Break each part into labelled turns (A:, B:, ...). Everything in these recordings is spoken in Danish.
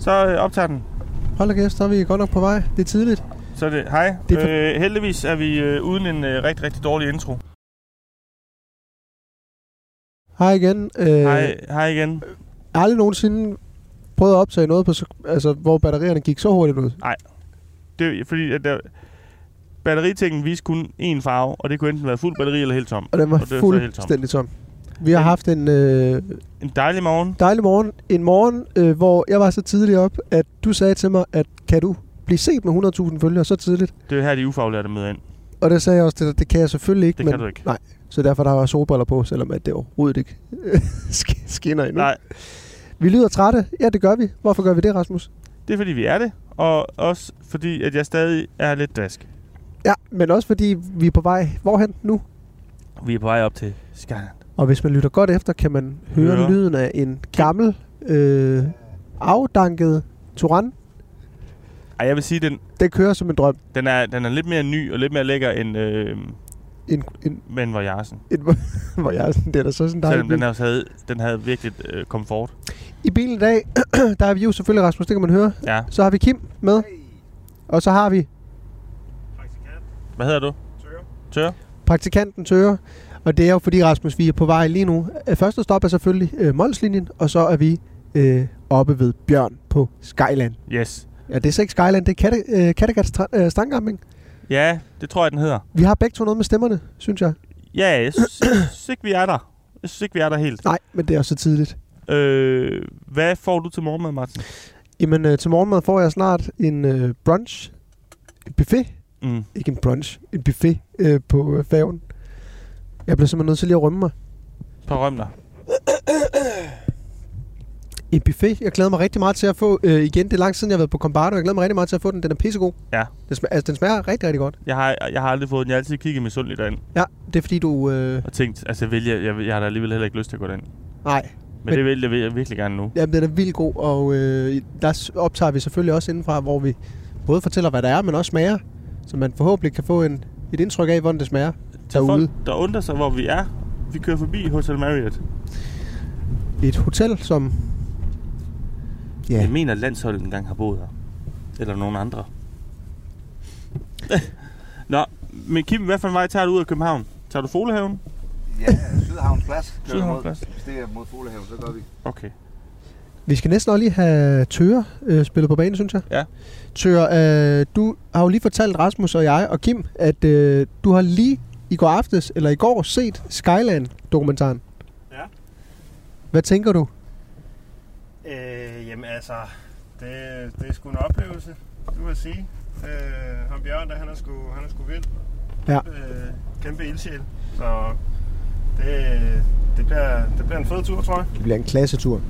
A: så øh, optager den.
B: Hold da kæft, så er vi godt nok på vej. Det er tidligt.
A: Så er det, hej.
B: Det er for-
A: øh, heldigvis er vi øh, uden en øh, rigtig, rigtig dårlig intro.
B: Hej igen. Øh,
A: Øh. Hej, hej igen.
B: Jeg har aldrig nogensinde prøvet at optage noget, på, så- altså, hvor batterierne gik så hurtigt ud.
A: Det er fordi, at der, batteritingen viste kun én farve, og det kunne enten være fuld batteri eller helt tom.
B: Og den var
A: Og det er så
B: fuldstændig tom. Vi har haft en øh,
A: En dejlig morgen.
B: dejlig morgen. En morgen, øh, hvor jeg var så tidlig op, at du sagde til mig, at kan du blive set med 100.000 følgere så tidligt?
A: Det er her, de ufaglærte møder ind.
B: Og der sagde jeg også til dig, det kan jeg selvfølgelig ikke.
A: Det
B: men
A: kan du ikke.
B: Nej, så derfor der har jeg solbriller på, selvom at det overhovedet ikke sk- skinner endnu.
A: Nej,
B: Vi lyder trætte. Ja, det gør vi. Hvorfor gør vi det, Rasmus?
A: det er fordi, vi er det. Og også fordi, at jeg stadig er lidt dask.
B: Ja, men også fordi vi er på vej hvorhen nu?
A: Vi er på vej op til Skyland.
B: Og hvis man lytter godt efter, kan man høre
A: Høre.
B: lyden af en gammel, øh, afdanket Turan.
A: Ej, jeg vil sige, den,
B: Den kører som en drøm.
A: den, er, den er lidt mere ny og lidt mere lækker end, øh,
B: En, en,
A: end Voyagen.
B: en, hvor jeg er sådan, det er da så sådan
A: Selvom
B: dejligt.
A: den
B: bil.
A: også havde, den havde virkelig øh, komfort.
B: I bilen i dag, der har vi jo selvfølgelig Rasmus, det kan man høre.
A: Ja.
B: Så har vi Kim med. Og så har vi
A: Hvad hedder du? Tør. Tør?
B: praktikanten Tøre. Og det er jo fordi, Rasmus, vi er på vej lige nu. Øh, Første stop er selvfølgelig øh, Molslinjen, og så er vi øh, oppe ved Bjørn på Skyland.
A: Yes.
B: Ja, det er så ikke Skyland, det er Katte, øh, Kattegats tra- øh, strandcamping.
A: Ja, det tror jeg, den hedder.
B: Vi har begge to noget med stemmerne, synes jeg.
A: Ja, jeg synes, jeg synes ikke, vi er der. Jeg synes ikke, vi er der helt.
B: Nej, men det er også så tidligt.
A: Øh, hvad får du til morgenmad, Martin?
B: Jamen, øh, til morgenmad får jeg snart en øh, brunch. En buffet.
A: Mm.
B: Ikke en brunch. En buffet øh, på øh, færgen. Jeg bliver simpelthen nødt til lige at rømme mig.
A: På rømler.
B: En buffet. Jeg glæder mig rigtig meget til at få øh, igen. Det er lang tid siden, jeg har været på Combardo. Jeg glæder mig rigtig meget til at få den. Den er pissegod.
A: Ja.
B: Den, smager, altså, den smager rigtig, rigtig godt.
A: Jeg har, jeg har aldrig fået den. Jeg har altid kigget med sundligt derind
B: Ja, det er fordi, du... Øh,
A: og tænkt, altså jeg, vil, jeg, jeg, jeg har da alligevel heller ikke lyst til at gå derind. Men,
B: nej.
A: Men det vil jeg, vil jeg virkelig gerne nu.
B: Jamen, den er vildt god, og øh, der s- optager vi selvfølgelig også indenfra, hvor vi både fortæller, hvad der er, men også smager. Så man forhåbentlig kan få en, et indtryk af, hvordan det smager.
A: Til
B: Derude.
A: folk, der undrer sig, hvor vi er, vi kører forbi Hotel Marriott.
B: Et hotel, som...
A: Ja.
B: Ja,
A: Jeg mener, at landsholdet engang har boet her. Eller nogen andre. Nå, men Kim, hvad for en vej tager du ud af København? Tager du Folehaven?
C: Ja, Sydhavns Plads. kører
A: Sydhavns
C: mod.
A: Plads.
C: Hvis det er mod Folehaven, så gør vi.
A: Okay.
B: vi skal næsten også lige have Tøre øh, spillet på banen, synes jeg.
A: Ja.
B: Tøre, øh, du har jo lige fortalt Rasmus og jeg og Kim, at øh, du har lige i går aftes, eller i går, set Skyland-dokumentaren.
D: Ja.
B: Hvad tænker du?
D: Øh, jamen altså, det, det er sgu en oplevelse, det må jeg sige. Øh, ham Bjørn, der, han er sgu, han er sgu vild.
B: Ja.
D: Øh, kæmpe ildsjæl. Så det, det, bliver, det bliver en fed tur, tror jeg.
B: Det bliver en klassetur.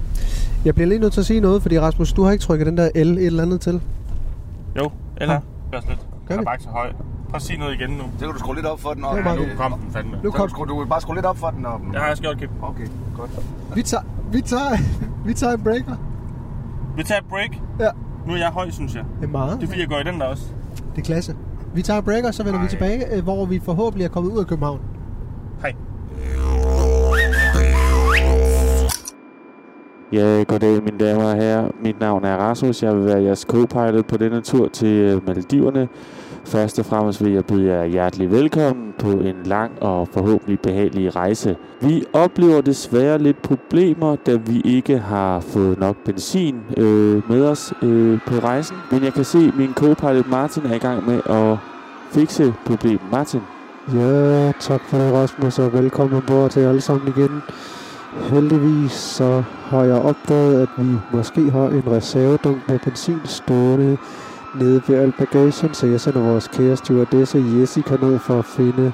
B: Jeg bliver lige nødt til at sige noget, fordi Rasmus, du har ikke trykket den der L et eller andet til.
A: Jo, eller? Gør slet.
B: Gør
A: Den er
B: vi?
A: bare ikke så høj. Prøv at sige noget igen nu.
C: Så kan du skrue lidt op for den. Og,
B: Det er bare
A: Nu kom den fandme.
B: Nu
C: Så kan
B: kom.
C: du, skrue, du kan bare skrue lidt op for den. Og,
A: Det har jeg også gjort, Kim.
C: Okay, godt.
B: Vi tager, vi tager, vi tager en breaker.
A: Vi tager et break.
B: Ja.
A: Nu er jeg høj, synes jeg.
B: Det er meget.
A: Det er fordi, jeg går i den der også.
B: Det er klasse. Vi tager en breaker, så vender vi tilbage, øh, hvor vi forhåbentlig er kommet ud af København.
A: Hej.
E: Ja, goddag mine damer og herrer. Mit navn er Rasmus. Jeg vil være jeres co-pilot på denne tur til øh, Maldiverne. Først og fremmest vil jeg byde jer hjertelig velkommen på en lang og forhåbentlig behagelig rejse. Vi oplever desværre lidt problemer, da vi ikke har fået nok benzin øh, med os øh, på rejsen. Men jeg kan se, at min co-pilot Martin er i gang med at fikse problemet. Martin?
B: Ja, tak for det, Rasmus, og velkommen ombord til alle sammen igen. Heldigvis så har jeg opdaget, at vi måske har en reservedunk med benzin stående nede ved al bagagen, så jeg sender vores kære stewardesse Jessica ned for at finde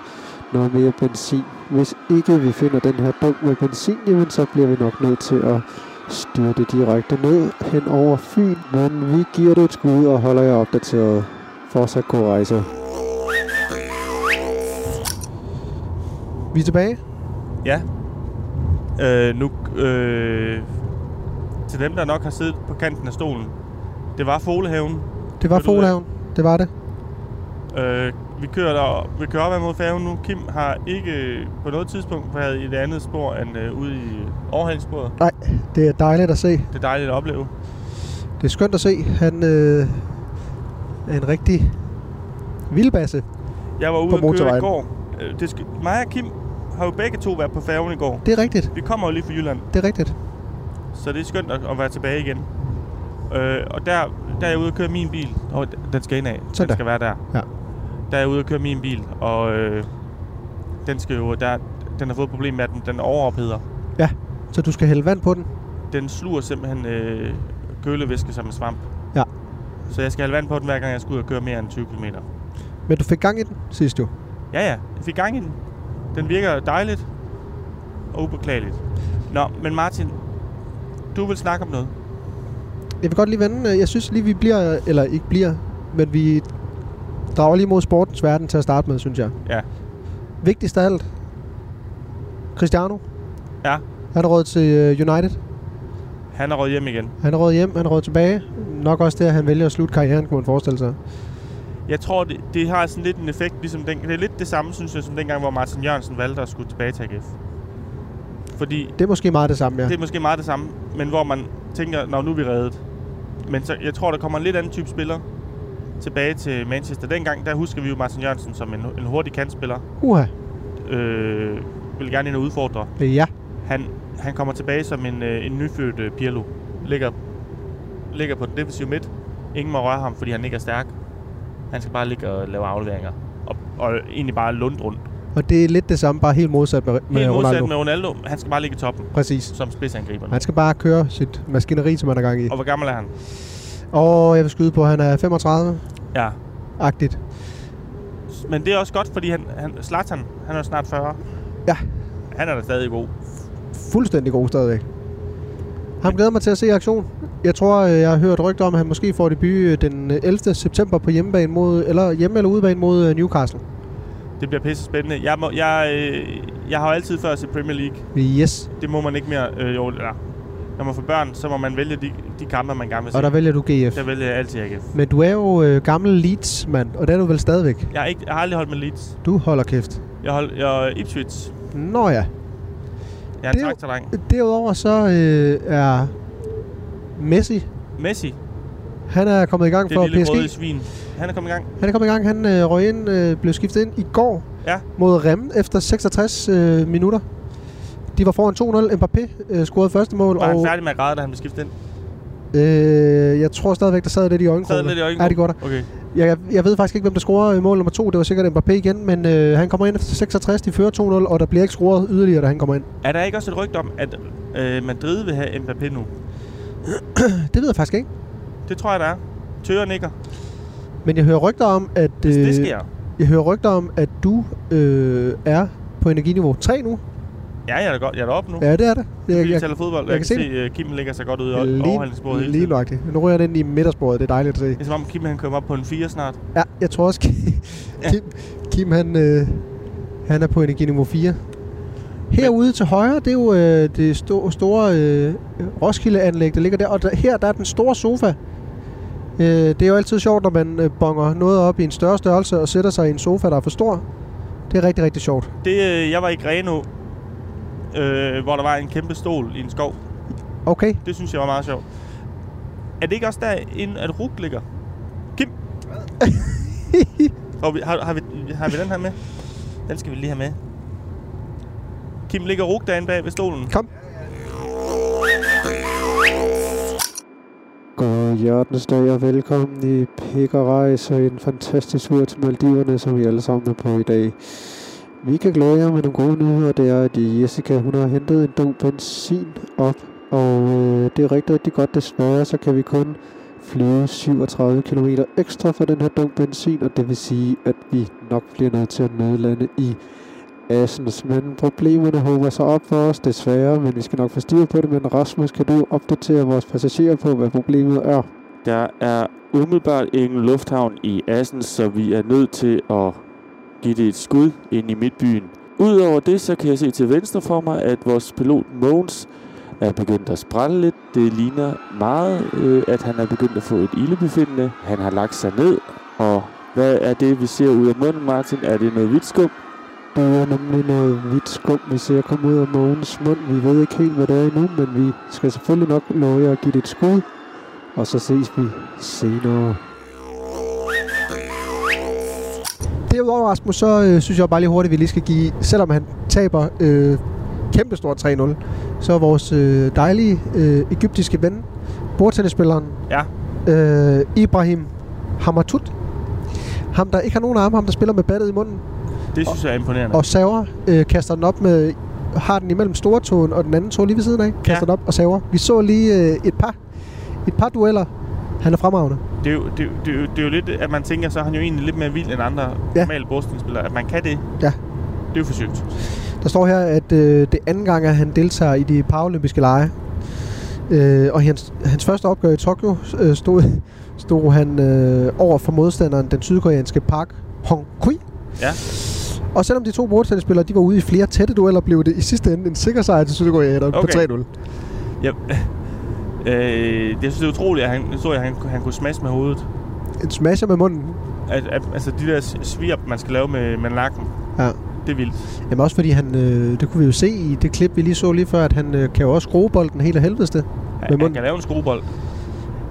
B: noget mere benzin. Hvis ikke vi finder den her dunk med benzin, jamen så bliver vi nok nødt til at styrte direkte ned hen over Fyn, men vi giver det et skud og holder jer opdateret. Fortsat god rejse. Vi er tilbage.
A: Ja. Øh, nu, øh, til dem, der nok har siddet på kanten af stolen. Det var Folehaven.
B: Det var
A: Hørte du det?
B: Folhavn. Det var det.
A: Øh, vi kører der, vi kører op ad mod færgen nu. Kim har ikke øh, på noget tidspunkt været i det andet spor end øh, ude i overhalingssporet.
B: Det er dejligt at se.
A: Det er dejligt at opleve.
B: Det Det er skønt at se. Han øh, er en rigtig vildbasse.
A: Jeg var
B: På
A: ude og køre i
B: motorvejen.
A: går. Øh, Det skal, mig og Kim har jo begge to været på færgen i går.
B: Det er rigtigt.
A: Vi kommer jo lige fra Jylland,
B: Det er rigtigt.
A: så det er skønt at, at være tilbage igen. Øh, og der, der er jeg ude og køre min bil. Oh, den skal ind af.
B: Sådan
A: Den
B: der.
A: skal være der.
B: Ja.
A: Der er jeg ude og køre min bil, og øh, den skal jo... Der, den har fået et problem med, at den, den overopheder.
B: Så du skal hælde vand på den.
A: Den sluger simpelthen øh, kølevæske som en svamp.
B: Ja.
A: Så jeg skal have vand på den, hver gang jeg skal ud og køre mere end 20 km.
B: Men du fik gang i den sidst jo.
A: Ja, ja. Jeg fik gang i den. Den virker dejligt og ubeklageligt. Nå, men Martin, du vil snakke om noget.
B: Jeg vil godt lige vende. øh, Jeg synes lige, vi bliver, eller ikke bliver, men vi drager lige mod sportens verden til at starte med, synes jeg.
A: Ja.
B: Vigtigst af alt, Cristiano.
A: Ja.
B: Han er råd til øh, United.
A: Han er røget hjem igen.
B: Han er råd hjem, han er råd tilbage. Nok også det, at han vælger at slutte karrieren, kunne man forestille sig.
A: Jeg tror, det, det har sådan lidt en effekt, ligesom den, det er lidt det samme, synes jeg, som dengang, hvor Martin Jørgensen valgte at skulle tilbage til AGF. Fordi
B: Det er måske meget det samme, ja.
A: ja. det er måske meget det samme, men hvor man tænker, når nu er vi reddet. Men så, jeg tror, der kommer en lidt anden type spiller tilbage til Manchester. Dengang, der husker vi jo Martin Jørgensen som en, en hurtig kantspiller.
B: Uha.
A: Øh, vil gerne ind og udfordre.
B: Ja.
A: Han, han kommer tilbage som en, øh, en nyfødt øh, Pirlo. Ligger, ligger på den defensive midt. Ingen må røre ham, fordi han ikke er stærk. Han skal bare ligge og lave afleveringer. Og, og egentlig bare lund rundt.
B: Og det er lidt det samme, bare helt modsat med, med
A: Helt modsat
B: Ronaldo.
A: med Ronaldo. Han skal bare ligge i toppen
B: Præcis.
A: som spidsangriberne.
B: Han skal bare køre sit maskineri, som han er gang i.
A: Og hvor gammel er han?
B: Og jeg vil skyde på, at han er 35-agtigt.
A: Ja. Men det er også godt, fordi han, han, Zlatan, han er snart 40.
B: Ja.
A: Han er da stadig god.
B: Fuldstændig god stadigvæk. Ham glæder mig til at se i aktion. Jeg tror, øh, jeg har hørt rygter om, at han måske får debut øh, den øh, 11. september på hjemmebane mod, eller hjemme eller udebane mod øh, Newcastle.
A: Det bliver pisse spændende. Jeg, må, jeg, øh, jeg har jo altid før set Premier League.
B: Yes.
A: Det må man ikke mere. Øh, jo, eller, når man får børn, så må man vælge de, de kampe, man gerne vil se.
B: Og der vælger du GF.
A: Der vælger jeg altid AGF.
B: Men du er jo øh, gammel Leeds, mand, og det er du vel stadigvæk.
A: Jeg har, ikke, jeg har aldrig holdt med Leeds.
B: Du holder kæft.
A: Jeg holdt jeg, er Ipswich.
B: Nå ja.
A: Jeg er
B: Det
A: en
B: er jo-
A: traktordreng.
B: Derudover så øh, er Messi,
A: Messi,
B: han er kommet i gang
A: det
B: for
A: lille røde
B: PSG.
A: svin. Han er kommet i gang.
B: Han er kommet i gang, han øh, røg ind, øh, blev skiftet ind i går
A: Ja.
B: mod Rem efter 66 øh, minutter. De var foran 2-0. Mbappé øh, scorede første mål,
A: Var han
B: og
A: færdig med at græde, da han blev skiftet ind?
B: øh, jeg tror stadigvæk, der sad lidt i øjenkrogen.
A: Sad lidt i øjenkrogen?
B: Ja, det gjorde der.
A: Okay.
B: Jeg, jeg ved faktisk ikke, hvem der scorer øh, mål nummer to. Det var sikkert Mbappé igen, men øh, han kommer ind efter 66, de fører 2-0, og der bliver ikke scoret yderligere, da han kommer ind.
A: Er der ikke også et rygte om, at øh, Madrid vil have Mbappé nu?
B: Det ved jeg faktisk ikke.
A: Det tror jeg, der er. Tøger nikker.
B: Men jeg hører rygter om, at...
A: Hvis øh, det sker.
B: Jeg hører rygter om, at du øh, er på energiniveau 3 nu.
A: Mm. Ja, jeg er da godt. Jeg er da oppe nu. Ja,
B: Ja, det er det.
A: jeg,
B: Jeg,
A: jeg,
B: jeg,
A: taler fodbold. Jeg,
B: jeg
A: jeg
B: kan
A: kan
B: se
A: se, at Kim ligger sig godt ud i
B: lige-
A: overhandelsbordet hele
B: lige
A: tiden.
B: nøjagtigt. Nu ryger den ind i midtersporet. Det er dejligt at se.
A: Det er som om Kim han kommer op på en 4 snart.
B: Ja, jeg tror også, Kim, Kim han, øh, han er på energiniveau 4. Herude til højre, det er jo øh, det sto- store øh, Roskilde-anlæg, der ligger der. Og der, her, der er den store sofa. Øh, det er jo altid sjovt, når man øh, bonger noget op i en større størrelse og sætter sig i en sofa, der er for stor. Det er rigtig, rigtig sjovt.
A: Det, øh, jeg var i Greno, øh, hvor der var en kæmpe stol i en skov.
B: Okay,
A: Det synes jeg var meget sjovt. Er det ikke også derinde, at Ruk ligger? Kim? Har vi, har, har, vi, har vi den her med? Den skal vi lige have med. Kim ligger Ruk derinde bag ved stolen.
B: kom.
F: God hjertens dag og velkommen i Pik og Rejs og en fantastisk tur til Maldiverne, som vi alle sammen er på i dag. Vi kan glæde jer med nogle gode nyheder, det er, at Jessica hun har hentet en dunk benzin op, og øh, det er rigtig, rigtig godt desværre, så kan vi kun flyve 37 km ekstra for den her dunk benzin, og det vil sige, at vi nok bliver nødt til at nødlande i Assens. Men problemerne håber sig op for os, desværre, men vi skal nok få styr på det. Men Rasmus, kan du opdatere vores passagerer på, hvad problemet er?
E: Der er umiddelbart ingen lufthavn i Assens, så vi er nødt til at give det et skud ind i midtbyen. Udover det, så kan jeg se til venstre for mig, at vores pilot Mogens er begyndt at sprælle lidt. Det ligner meget, øh, at han er begyndt at få et ildebefindende. Han har lagt sig ned, og hvad er det, vi ser ud af munden, Martin? Er det noget vidt skum?
F: Der er nemlig noget hvidt skum, vi ser komme ud af Mogens mund. Vi ved ikke helt, hvad det er endnu, men vi skal selvfølgelig nok love jer at give det et skud. Og så ses vi senere.
G: Derudover, Rasmus, så øh, synes jeg bare lige hurtigt, at vi lige skal give, selvom han taber øh, kæmpestort 3-0, så er vores øh, dejlige øh, egyptiske ven, bordtennisspilleren
A: Ja.
G: øh, Ibrahim Hamatut, ham der ikke har nogen arme, ham der spiller med battet i munden,
A: Det synes jeg er imponerende.
G: og saver, øh, kaster den op med, har den imellem stortåen og den anden tå lige ved siden af, kaster
A: Ja.
G: den op og saver. Vi så lige øh, et par, et par dueller. Han er fremragende.
A: Det er, jo, det, er jo- det, er jo, det er jo lidt, at man tænker, så er han jo egentlig lidt mere vild end andre
G: Ja.
A: ja. normale bordspillere. At man kan det,
G: Ja.
A: det er jo forsøgt.
G: Der står her, at øh, det er anden gang, at han deltager i de paralympiske lege. Øh, og hans, hans første opgør i Tokyo øh, stod, stod han øh, over for modstanderen, den sydkoreanske Park Hong Kui.
A: Ja.
G: Og selvom de to bordtennisspillere de var ude i flere tætte dueller, blev det i sidste ende en sikker sejr til sydkoreanerne
A: Okay.
G: på 3-0.
A: Ja. Øh, jeg synes, det er utroligt, at han, så, at han, han kunne smash med hovedet.
G: En smasher med munden.
A: At, at, altså, de der svirp, man skal lave med, med lakken,
G: Ja.
A: det er vildt.
G: Jamen også fordi han, øh, det kunne vi jo se i det klip, vi lige så lige før, at han øh, kan jo også skrue bolden helt af helvedeste.
A: Han, han
G: munden.
A: kan lave en skruebold.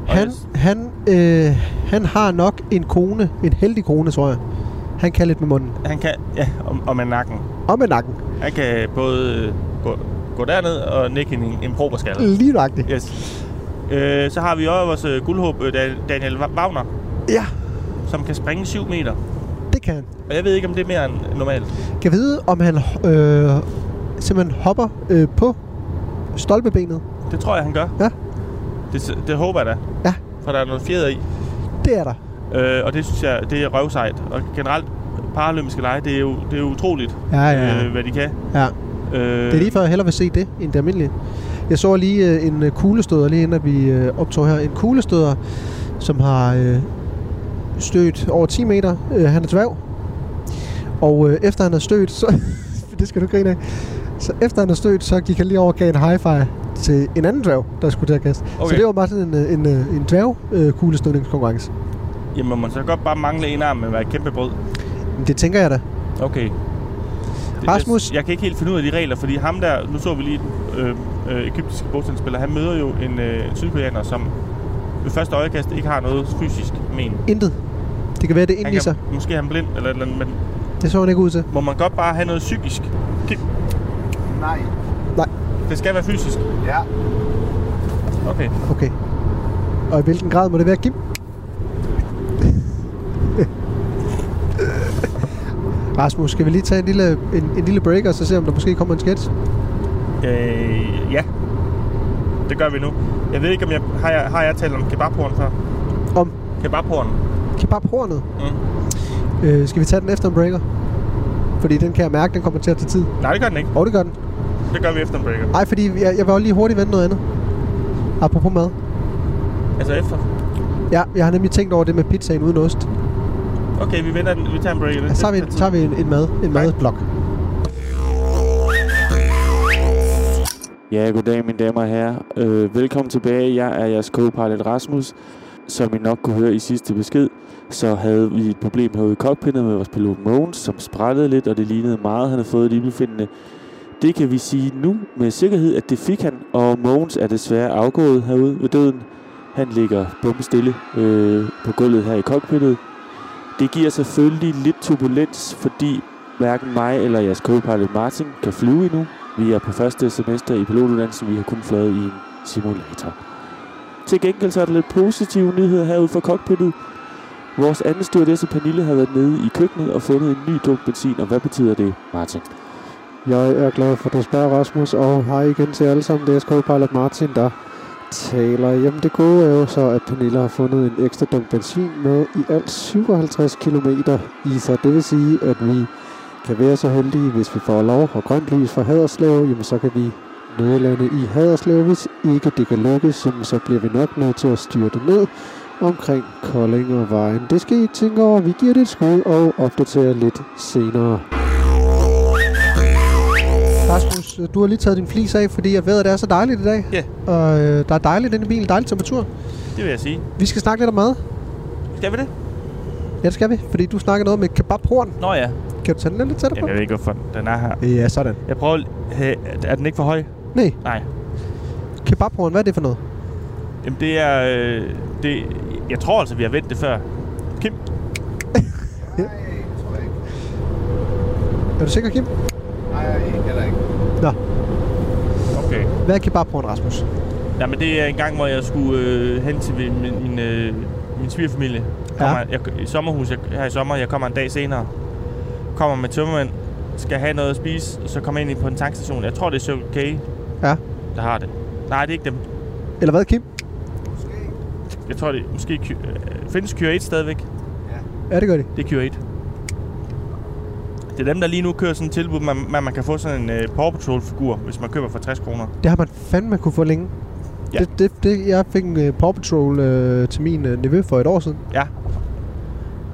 A: Og
G: Han,
A: jeg-
G: han, øh, han har nok en kone, en heldig kone, tror jeg. Han kan lidt med munden.
A: han kan, ja, og, og med nakken.
G: Og med nakken.
A: Han kan både øh, gå, gå derned og nikke en, en proberskalle.
G: Lige nøjagtigt.
A: Yes. Øh, så har vi også vores øh, guldhåb, øh, Dan- Daniel Wa- Wagner,
G: Ja,
A: som kan springe 7 meter.
G: det kan han.
A: Og jeg ved ikke, om det er mere end normalt.
G: Kan vide, om han øh, simpelthen hopper øh, på stolpebenet.
A: Det tror jeg, han gør.
G: Ja.
A: Det, det håber jeg da.
G: Ja.
A: For der er noget fjeder i.
G: Det er der.
A: Øh, og det synes jeg, det er røvsejt. Og generelt, paralympiske lege, det er jo, det er jo utroligt,
G: Ja, ja, ja.
A: Øh, hvad de kan.
G: ja.
A: Øh,
G: Det er lige før, jeg hellere vil se det, end det almindelige. Jeg så lige øh, en øh, kuglestøder, lige inden at vi øh, optog her. En kuglestøder, som har øh, stødt over 10 meter. Øh, han er dværg. Og øh, efter han har stødt, så... det skal du grine af. Så efter han har stødt, så gik han lige over og gav en high five til en anden dværg, der skulle til at kaste. Okay. Så
A: Okay.
G: det var bare sådan en, øh, en, øh, en dværg øh, kuglestødningskonkurrence.
A: Jamen, må man så godt bare mangle en arm, men være et kæmpe brød.
G: Men det tænker jeg da.
A: Okay. Det-
G: Rasmus?
A: Jeg, jeg kan ikke helt finde ud af de regler, fordi ham der, nu så vi lige den øh, øh, egyptiske bogstandsspiller, han møder jo en, øh, en sydkoreaner, som ved første øjekast ikke har noget fysisk men.
G: Intet. Det kan være, det er
A: Han
G: inde i sig.
A: kan, måske er han blind eller et eller andet, men
G: Det så han ikke ud til.
A: må man godt bare have noget psykisk?
C: Nej.
A: Det skal være fysisk.
C: Ja.
A: Okay.
G: Okay. Og i hvilken grad må det være, Kim? Rasmus, skal vi lige tage en lille, en, en lille break, og så se, om der måske kommer en sketch?
A: Øh, ja. Det gør vi nu. Jeg ved ikke, om jeg har, jeg, har jeg talt om kebabhorn før?
G: Om
A: Kebabhorn.
G: kebabhornet.
A: Mm.
G: Øh, skal vi tage den efter en breaker? Fordi den kan jeg mærke, den kommer til at tage tid.
A: Nej, det gør den ikke.
G: Og det gør den.
A: Det gør vi efter en breaker.
G: Ej, fordi jeg, jeg vil også lige hurtigt vende noget andet. Apropos mad.
A: Altså efter.
G: Ja, jeg har nemlig tænkt over det med pizzaen uden ost.
A: Okay, vi venter den. Vi tager en breaker.
G: Ja, så tager vi, en- tager vi en, en mad, en madblok.
E: Ja, goddag mine damer og herrer. Øh, velkommen tilbage. Jeg er jeres co-pilot Rasmus. Som I nok kunne høre i sidste besked, så havde vi et problem herude i cockpittet med vores pilot Mogens, som sprættede lidt, og det lignede meget, han havde fået et ildbefindende. Det kan vi sige nu med sikkerhed, at det fik han, og Mogens er desværre afgået herude ved døden. Han ligger bumstille øh, på gulvet her i cockpittet. Det giver selvfølgelig lidt turbulens, fordi hverken mig eller jeres co-pilot Martin kan flyve endnu. Vi er på første semester i pilotuddannelsen. Vi har kun fløjet i en simulator. Til gengæld så er der lidt positive nyheder herude fra cockpittet. Vores anden stewardesse Pernille har været nede i køkkenet og fundet en ny dunk benzin. Og hvad betyder det, Martin?
F: Jeg er glad for, at du spørger, Rasmus, og hej igen til alle sammen. Det er skovpilot Martin, der taler. Jamen det gode er jo så, at Pernille har fundet en ekstra dunk benzin med i alt 57 km i sig. Det vil sige, at vi kan være så heldige, hvis vi får lov og grønt lys fra Haderslev, jamen så kan vi nødlande i Haderslev. Hvis ikke det kan lykkes, jamen så bliver vi nok nødt til at styre det ned omkring Kolding og vejen. Det skal I ikke tænke over. Vi giver det et skud og opdaterer lidt senere.
G: Rasmus, du har lige taget din flis af, fordi jeg ved, at det er så dejligt i dag.
A: Ja.
G: Og øh, der er dejligt inde i bilen, dejlig temperatur.
A: Det vil jeg sige.
G: Vi skal snakke lidt om mad.
A: Skal vi det?
G: Ja, det skal vi, fordi du snakker noget med kebabhorn.
A: Nå ja.
G: Kan du tage den lidt tættere på?
A: Jamen, jeg ved ikke, hvorfor den er her.
G: Ja, sådan.
A: Jeg prøver... Hey, er den ikke for høj?
G: Nej,
A: Nej.
G: kebabhorn, hvad er det for noget?
A: Jamen, det er... Øh, det, jeg tror altså, vi har vendt det før. Kim?
C: Nej, tror jeg ikke.
G: Er du sikker, Kim?
C: Nej, heller ikke.
G: Nå.
A: Okay.
G: Hvad er kebabbrøden, Rasmus?
A: Nej, men det er en gang, hvor jeg skulle øh, hen til min, min, øh, min svigerfamilie. Kommer, ja. jeg, I sommerhus jeg, her i sommer. Jeg kommer en dag senere. Kommer med tømmermænd. Skal have noget at spise. Og så kommer jeg ind på en tankstation. Jeg tror, det er Circle K,
G: Ja.
A: der har det. Nej, det er ikke dem.
G: Eller hvad, Kim?
A: Jeg tror, det måske... Q, øh, findes Q8 stadigvæk?
G: Ja, det gør de.
A: Det er Q8. Det er dem, der lige nu kører sådan et tilbud, man, man, man kan få sådan en øh, Paw Patrol-figur, hvis man køber for 60 kroner.
G: Det har man fandme kunne få længe.
A: Ja.
G: Det, det, det, jeg fik en uh, Paw Patrol uh, til min uh, nevø for et år siden.
A: Ja.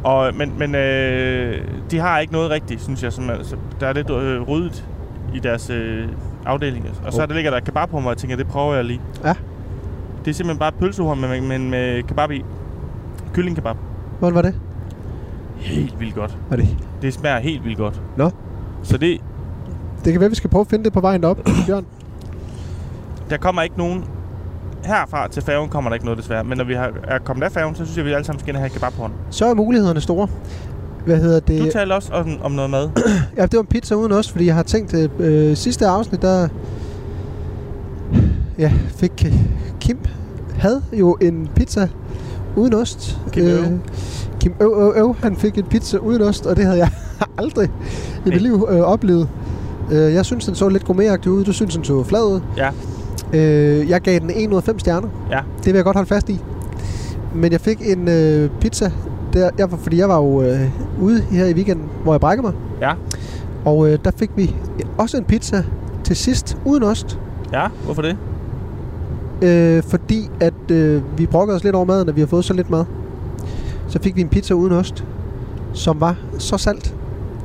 A: Og, men men øh, de har ikke noget rigtigt, synes jeg. Som, altså, der er lidt øh, ryddet i deres øh, afdeling. Og så
G: Oh.
A: der ligger der kebab på mig, og jeg tænker, det prøver jeg lige.
G: Ja.
A: Det er simpelthen bare pølsehorn, men med, med, med kebab i. Kyllingkebab.
G: Hvordan var det?
A: Helt vildt godt.
G: Var det?
A: Det smager helt vildt godt.
G: Nå.
A: Så det,
G: Det kan være, vi skal prøve at finde det på vejen derop, Bjørn.
A: der kommer ikke nogen... Herfra til færgen kommer der ikke noget, desværre. Men når vi har, er kommet af færgen, så synes jeg, vi alle sammen skal ind og have kebabhorn.
G: Så er mulighederne store. Hvad hedder det?
A: Du taler også om, om noget mad.
G: Ja, det var en pizza uden os, fordi jeg har tænkt, øh, øh, sidste afsnit, der ja, fik øh, Kim havde jo en pizza uden ost. Øh,
A: Kim Øv.
G: Kim øv, øv, øv, han fik en pizza uden ost, og det havde jeg aldrig i mit
A: Nej.
G: liv øh, oplevet. Øh, jeg synes, den så lidt gourmetagtig ud. Du synes, den så flad ud.
A: Ja.
G: Øh, jeg gav den 1 ud af 5 stjerner.
A: Ja.
G: Det vil jeg godt holde fast i. Men jeg fik en øh, pizza, der, jeg, var- fordi jeg var jo øh, ude her i weekenden, hvor jeg brækkede mig.
A: Ja.
G: Og øh, der fik vi også en pizza til sidst, uden ost.
A: Ja, hvorfor det?
G: Øh, fordi at øh, vi brokkede os lidt over maden, og vi har fået så lidt mad. Så fik vi en pizza uden ost, som var så salt.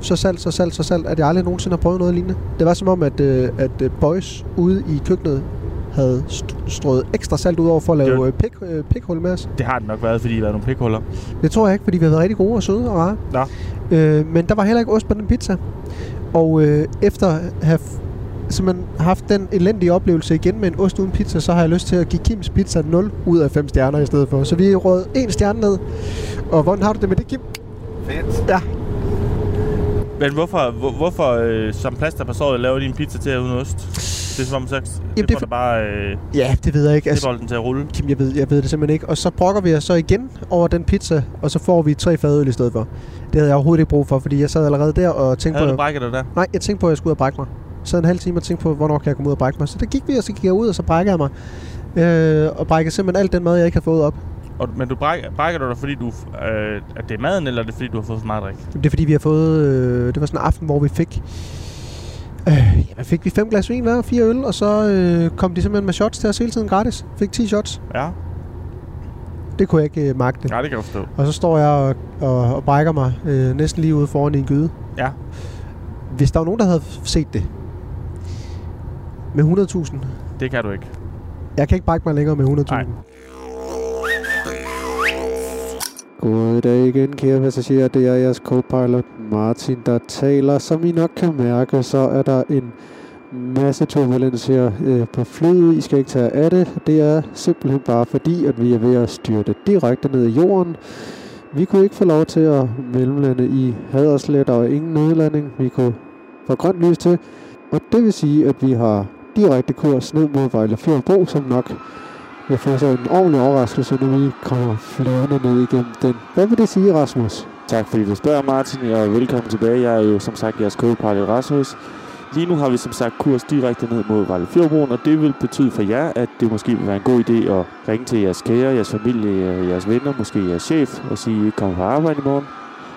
G: Så salt, så salt, så salt, at jeg aldrig nogensinde har prøvet noget lignende. Det var som om, at, øh, at øh, boys ude i køkkenet havde st- strøget ekstra salt ud over for at
A: Det
G: lave
A: var-
G: øh, pik, øh, pikhul med os.
A: Det har det nok været, fordi I har været nogle pikhuller.
G: Det tror jeg ikke, fordi vi har været rigtig gode og søde og rare.
A: Nå.
G: Øh, men der var heller ikke ost på den pizza. Og øh, efter at have f- simpelthen haft den elendige oplevelse igen med en ost uden pizza, så har jeg lyst til at give Kims pizza 0 ud af 5 stjerner i stedet for. Så vi råd en stjerne ned. Og hvordan har du det med det, Kim?
C: Fedt.
G: Ja,
A: Men hvorfor, hvor, hvorfor øh, som plaster på såret laver de en pizza til uden ost? Det er som om, så Jamen,
G: det er
A: det får
G: for-
A: det bare øh,
G: ja det ved jeg ikke.
A: det
G: Altså,
A: får den til at rulle.
G: Kim, jeg ved, jeg ved det simpelthen ikke. Og så brokker vi os så igen over den pizza, og så får vi tre fadøl i stedet for. Det havde jeg overhovedet ikke brug for, fordi jeg sad allerede der og tænkte
A: Havde
G: på...
A: du brækket dig der?
G: Nej, jeg tænkte på, at jeg skulle ud og brække mig. Så en halv time og tænkte på, hvornår kan jeg komme ud og brække mig. Så der gik vi, og så gik jeg ud, og så brækkede jeg mig. Øh, og brækkede simpelthen alt den mad, jeg ikke har fået op.
A: Og, men du bræk, brækker du dig, fordi du, øh, at det er maden, eller er det fordi, du har fået for meget drik?
G: Det er fordi, vi har fået... Øh, det var sådan en aften, hvor vi fik... Øh, jamen, fik vi fem glas vin hver, fire øl, og så øh, kom de simpelthen med shots til os hele tiden gratis. Fik 10 shots.
A: Ja,
G: Det kunne jeg ikke øh, magte.
A: ja det kan jeg forstå.
G: Og så står jeg og, og, og brækker mig øh, næsten lige ude foran i en gyde.
A: Ja.
G: Hvis der var nogen, der havde set det med 100.000.
A: Det kan du ikke.
G: Jeg kan ikke brække mig længere med 100.000.
A: Nej.
F: Goddag igen, kære passagerer. Det er jeres co-pilot Martin, der taler. Som I nok kan mærke, så er der en masse turbulens her øh, på flyet. I skal ikke tage af det. Det er simpelthen bare fordi, at vi er ved at styrte direkte ned i jorden. Vi kunne ikke få lov til at mellemlande i Haderslet og ingen nødlanding. Vi kunne få grønt lys til. Og det vil sige, at vi har direkte kurs ned mod Vejle Fjordbro, som nok jeg får så en ordentlig overraskelse, når vi kommer flyvende ned igennem den. Hvad vil det sige, Rasmus?
E: Tak fordi du spørger, Martin, og velkommen tilbage. Jeg er jo som sagt jeres co-pilot Rasmus. Lige nu har vi som sagt kurs direkte ned mod Vejlefjordbroen, og det vil betyde for jer, at det måske vil være en god idé at ringe til jeres kære, jeres familie, jeres venner, måske jeres chef, og sige, at I ikke kommer på arbejde i morgen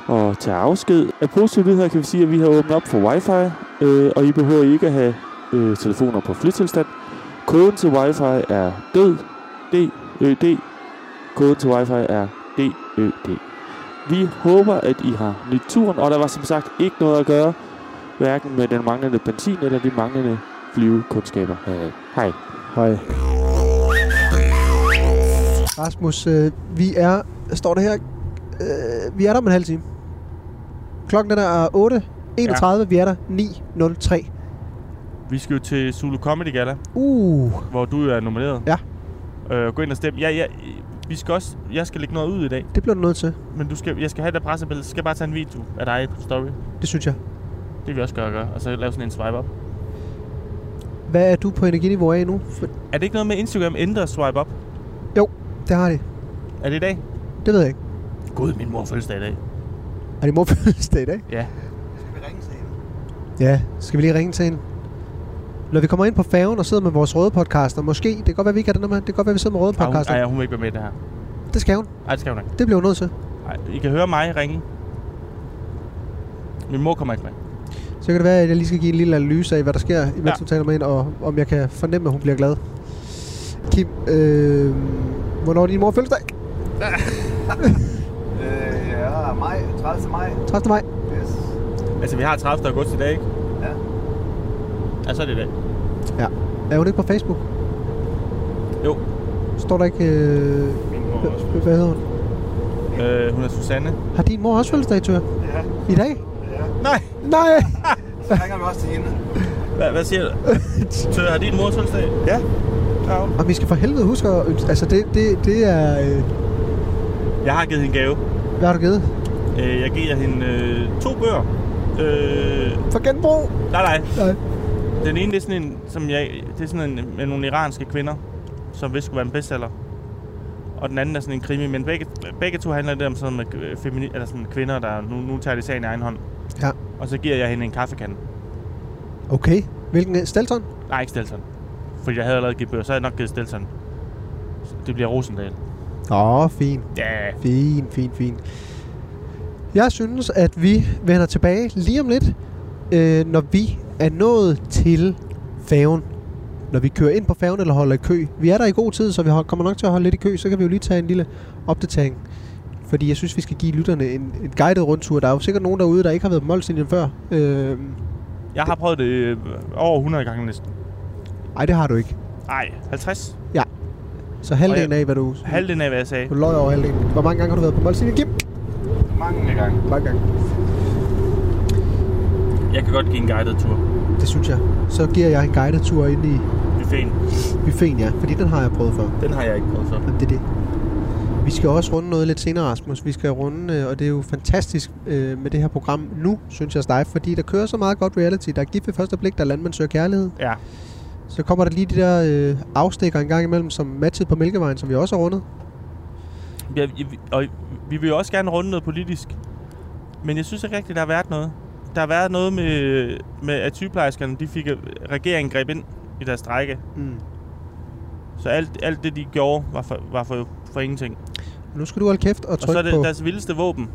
E: og tage afsked. Af positive nyheder kan vi sige, at vi har åbnet op for wifi, øh, og I behøver ikke at have øh, telefoner på flytilstand. Koden til wifi er DØD, D-Ø-D. Koden til wifi er D-Ø-D. Vi håber, at I har nyt turen, og der var som sagt ikke noget at gøre, hverken med den manglende benzin eller de manglende flyvekundskaber. Øh, hej.
F: Hej.
G: Rasmus, øh, vi er, står der her, øh, vi er der om en halv time. Klokken den er 8.31, ja. vi er der 9.03.
A: Vi skal jo til Zulu Comedy Gala,
G: Uh,
A: hvor du jo er nomineret.
G: Ja.
A: Øh, gå ind og stem. Ja, ja, vi skal også, jeg skal lægge noget ud i dag,
G: Det bliver du nødt til.
A: men du skal, jeg skal have det pressebillede. Så skal jeg bare tage en video af dig på story.
G: Det synes jeg.
A: Det vil vi også gøre, gøre og så lave sådan en swipe up.
G: Hvad er du på energiniveau af nu? For
A: Er det ikke noget med Instagram ændrer swipe up?
G: det har de.
A: Er det i dag?
G: Det ved jeg ikke.
A: Gud, min mor har fødselsdag i dag.
G: Er det mor fødselsdag i dag?
C: Skal vi ringe til hende?
G: Ja. Skal vi lige ringe til hende? Når vi kommer ind på færgen og sidder med vores røde podcaster, måske, det kan godt være, vi ikke har den her med, det kan godt være, vi sidder med røde
A: Ej, hun,
G: podcaster.
A: ej, hun vil ikke være med i det her.
G: Det skal hun.
A: Ej, det skal hun ikke.
G: Det bliver hun nødt til.
A: Ej, I kan høre mig ringe. Min mor kommer ikke med.
G: Så kan det være, at jeg lige skal give en lille analyse af, hvad der sker, imens ja.
A: Ja.
G: hun taler med hende, og om jeg kan fornemme, at hun bliver glad. Kim, øh, hvornår er din mor fødselsdag?
C: Øh, ja, maj, 30. maj.
G: 30. maj.
C: Yes.
A: Altså, vi har 30. august i dag, ikke?
C: Ja.
A: Ja, så er det i dag.
G: Er hun ikke på Facebook?
A: Jo.
G: Står der ikke... Øh,
D: Min mor er også
G: hva- hvad hedder hun?
A: Øh, hun er Susanne.
G: Har din mor også fødselsdag, Tør?
C: Ja,
G: I dag?
A: Nej!
G: Nej!
C: så ringer vi også til hende.
A: Hva, hvad siger du? Tør, har din mor fødselsdag?
C: Ja.
G: Og vi skal for helvede huske at... ønske- Altså, det, det, det er... Øh,
A: Jeg har givet hende gave.
G: hvad har du givet?
A: Øh, jeg giver hende øh, to bøger. Øh,
G: For genbrug!
A: nej, nej.
G: Nej.
A: Den ene, det er sådan en, som jeg, det er sådan en, med nogle iranske kvinder, som vist skulle være en bestseller. Og den anden er sådan en krimi, men begge, begge to handler det om sådan med øh, femini, eller sådan kvinder, der nu, nu tager det sagen i egen hånd.
G: Ja.
A: Og så giver jeg hende en kaffekande.
G: Okay. Hvilken... øh, Stelton?
A: Nej, ikke Stelton. Fordi jeg havde allerede givet bøger, så havde jeg nok givet Stelton. Så Det bliver Rosendal.
G: Åh, oh, fin.
A: Ja.
G: Fin, fin, fin. Jeg synes, at vi vender tilbage lige om lidt, øh, når vi er nået til færgen. Når vi kører ind på færgen eller holder i kø. Vi er der i god tid, så vi hol- kommer nok til at holde lidt i kø. Så kan vi jo lige tage en lille opdatering. Fordi jeg synes, vi skal give lytterne en, en guided rundtur. Der er jo sikkert nogen derude, der ikke har været på Molslinjen før. Øh,
A: Jeg har prøvet det øh, over 100 gange næsten.
G: ej, det har du ikke.
A: Nej, 50.
G: Så halvdelen
A: Og jeg-
G: af, hvad du...
A: Halvdelen af, hvad jeg sagde.
G: Du løj over halvdelen. Hvor mange gange har du været på Molslinjen, Kim?
C: Mange gange.
G: Mange gange.
A: Jeg kan godt give en guided tur.
G: Det synes jeg. Så giver jeg en guided tur ind i
A: Buffeten.
G: buffeten, ja. Fordi den har jeg prøvet før.
A: Den har jeg ikke prøvet så.
G: Jamen, det er det. Vi skal også runde noget lidt senere, Rasmus. Vi skal runde, øh, og det er jo fantastisk øh, med det her program nu, synes jeg dig, fordi der kører så meget godt reality. Der er gift ved første blik, der er landmand søger kærlighed.
A: Ja.
G: Så kommer der lige de der øh, afstikker en gang imellem, som matchet på Mælkevejen, som vi også har rundet.
A: Ja, vi- og vi vil jo også gerne runde noget politisk. Men jeg synes ikke rigtigt, der har været noget. Der har været noget med, med at sygeplejerskerne, de fik, at regeringen greb ind i deres strække.
G: Mm.
A: Så alt, alt det, de gjorde, var for, var for, for ingenting.
G: Nu skal du holde kæft og
A: Og så
G: trykke
A: er
G: på...
A: det deres vildeste våben,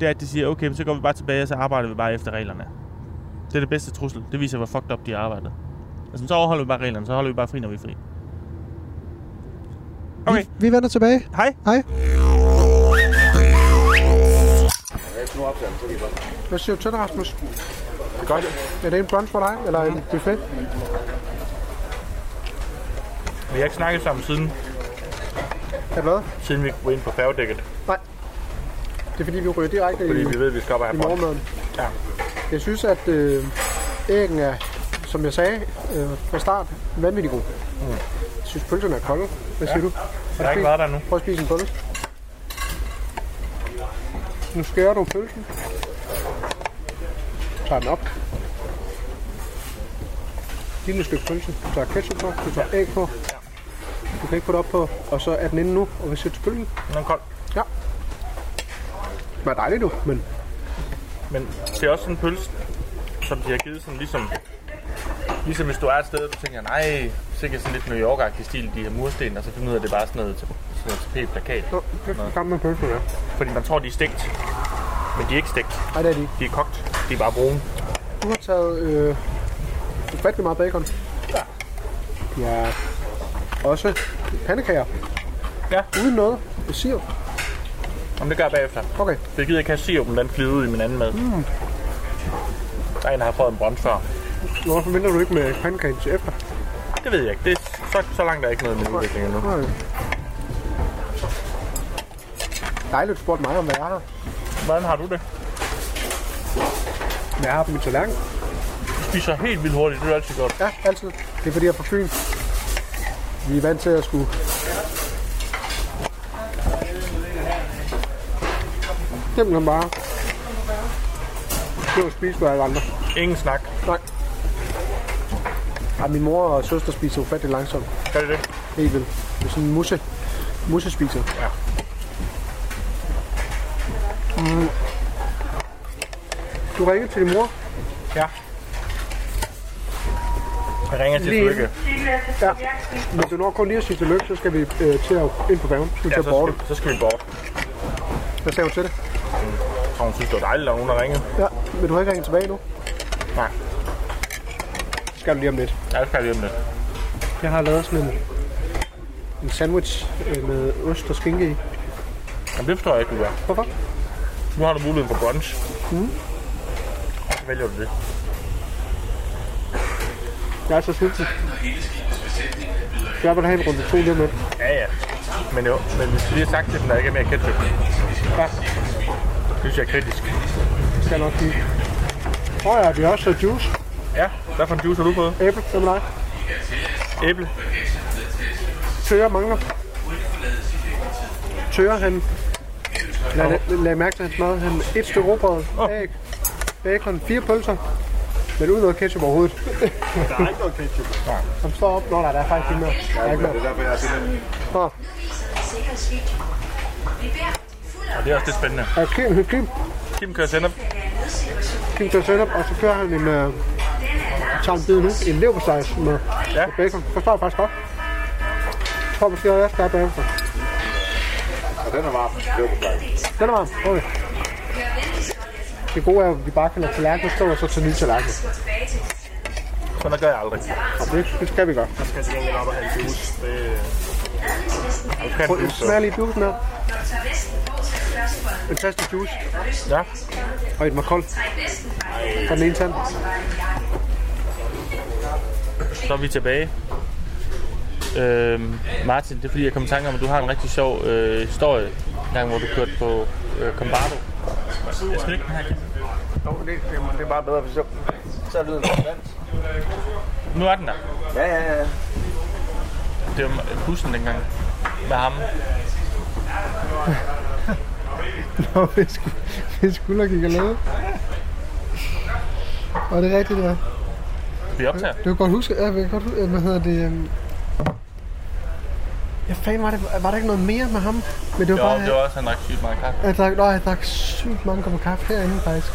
A: det er, at de siger, okay, men så går vi bare tilbage, og så arbejder vi bare efter reglerne. Det er det bedste trussel. Det viser, hvor fucked up de har arbejdet. Altså, så overholder vi bare reglerne, så holder vi bare fri, når vi er fri. Okay,
G: vi, vi vender tilbage.
A: hej.
G: Hej.
C: Nu optager den, så vi godt.
G: Hvad siger du til det, Rasmus? Godt. Er det en brunch for dig, eller en buffet?
A: Vi har ikke snakket sammen siden,
G: Ja, hvad?
A: siden vi var inde på færgedækket,
G: Det er fordi, vi ryger direkte
A: ved, at vi skal op og
G: i morgenmaden.
A: Ja.
G: Jeg synes, at øh, æggen er, som jeg sagde øh, fra start, vanvittig god. Mm. Jeg synes, pølserne er kolde. Hvad siger ja. du?
A: Jeg har ikke været der nu.
G: Prøv at spise en pølse. Nu skærer du pølsen. Tager den op. Lille stykke pølse. Du tager ketchup på, du tager æg på. Du kan ikke få det op på, og så er den inde nu, og vi siger til pølsen.
A: Den er kold.
G: Ja. Det var dejligt du, men
A: Men det er også sådan en pølse, som de har givet sådan ligesom... Ligesom hvis du er et sted, og du tænker, nej, sikkert sådan lidt New york stil, de her mursten, og så finder du ud af, at det er bare sådan noget, sådan noget tapetplakat.
G: Nå, det er sammen med pølsen, ja.
A: Fordi man tror, de er stegt. Men de er ikke stegt.
G: Ej, det er de. ikke.
A: De er kogt. De er bare brune.
G: Du har taget øh, ufattelig meget bacon. Ja. Du har også pandekager.
A: Ja.
G: Uden noget. Det siger.
A: Jamen, det gør jeg bagefter.
G: Okay.
A: Det gider jeg ikke have sirupen, den flyde ud i min anden mad. Mm. Der er en, der har prøvet en brunch før.
G: Hvorfor minder du ikke med pandekagen til efter?
A: Det ved jeg ikke. Det er så, så langt der er ikke noget med udvikling endnu.
G: Nej. Dejligt, du spurgte mig om, hvad jeg har.
A: Hvordan har du det?
G: Hvad jeg har på min tallerken.
A: Du spiser helt vildt hurtigt. Det er altid godt.
G: Ja, altid. Det er fordi, jeg er fra Fyn. Vi er vant til at skulle
C: Simpelthen bare. Det var spise med alle andre.
B: Ingen snak.
C: Nej. Ej, min mor og søster spiser ufattelig langsomt.
B: Kan det det?
C: Helt vildt. Det er sådan en musse. Musse spiser.
B: Ja.
C: Mm. Du ringede til din mor.
B: Ja. Jeg ringer til
C: Lige-
B: Lykke.
C: Ja. Men du når kun lige at sige tillykke, så skal vi øh, til at ind på færgen. Så skal
B: Ja,
C: vi til
B: så
C: at borte.
B: skal, så skal vi bort.
C: Hvad sagde hun til det?
B: Jeg tror, hun synes, det var dejligt, at nogen har ringet.
C: Ja. Men du har ikke ringet tilbage nu?
B: Nej.
C: Det skal du lige om lidt.
B: Ja, det skal vi hjem lidt.
C: Jeg har lavet sådan en, en sandwich øh, med ost og skinke i.
B: Jamen, det forstår jeg ikke, du gør.
C: Hvorfor?
B: Nu har du muligheden for brunch. Mm. Så vælger du det.
C: Jeg er så sulten. Jeg vil have en runde to lige om lidt.
B: Ja, ja. Men, jo, men hvis du lige har sagt til dem, at der ikke er mere ketchup.
C: Ja.
B: Det synes jeg er kritisk.
C: Det skal jeg nok sige. Åh oh ja, vi har også fået juice.
B: Ja, hvad for en juice har du fået?
C: Æble, hvad med dig?
B: Æble.
C: Tøger mangler. Tøger, han... Lad, lad, lad mærke til hans mad. Han et stykke råbrød, oh. æg, bacon, fire pølser. Men uden noget ketchup overhovedet.
B: Der er ikke noget ketchup. Nej.
C: Han står op. Nå nej, der er faktisk ikke mere. Der er ikke
H: Men
C: mere.
H: det er derfor, jeg er sådan en...
C: Nå,
I: Sikkerhedsvideo. Vi beder om din fulde
B: Og det er også lidt spændende.
C: er Kim, Kim,
B: Kim kører sender.
I: opgave af nedsættelse.
C: Kim tager setup, og så kører han en... Øh, tager en bid nu. En leverpostej med
B: Ja.
C: med bacon. Forstår jeg faktisk godt. Jeg tror måske, at jeg skal have bagefter.
H: Og den er varm. Det er på plads.
C: Den er varm. Okay. Det gode er, at vi bare kan lade tallerkenen stå, og så tage nye tallerkener.
I: Gå tilbage til din side.
B: Sådan gør jeg aldrig.
C: Og det, det skal vi gøre.
B: Jeg skal til gengæld op og have en juice. Det er kan
C: Prøv,
B: juice.
C: smag lige blusen her.
I: Når du tager vesten på, så er det første for
C: En tastisk juice
B: Ja,
C: og et makrel
I: Træk vesten fra
C: fra den ene tand.
A: Så er vi tilbage. Øhm, Martin, det er fordi, jeg kom i tanke om, at du har en rigtig sjov øh, historie, gang hvor du kørte på øh, Combardo. Jeg skal ikke den her, Kim.
H: Jo, det, det, det er bare bedre, for så, så er lyden konstant.
A: Nu er den der.
H: Ja, ja, ja.
A: Det var øh, bussen dengang med ham.
G: Nå, hvis, sku- hvis skulder gik og lavede. Og det er rigtigt, ja.
A: Vi optager.
G: Det var godt huske. Ja, jeg kan godt huske. Hvad hedder det? øhm. Ja, fanden, var, det, var der ikke noget mere med ham? Men det var
A: Jo,
G: bare...
A: det var også, han drak sygt meget kaffe.
G: Jeg drak, nej, jeg drak sygt mange kopper kaffe herinde faktisk.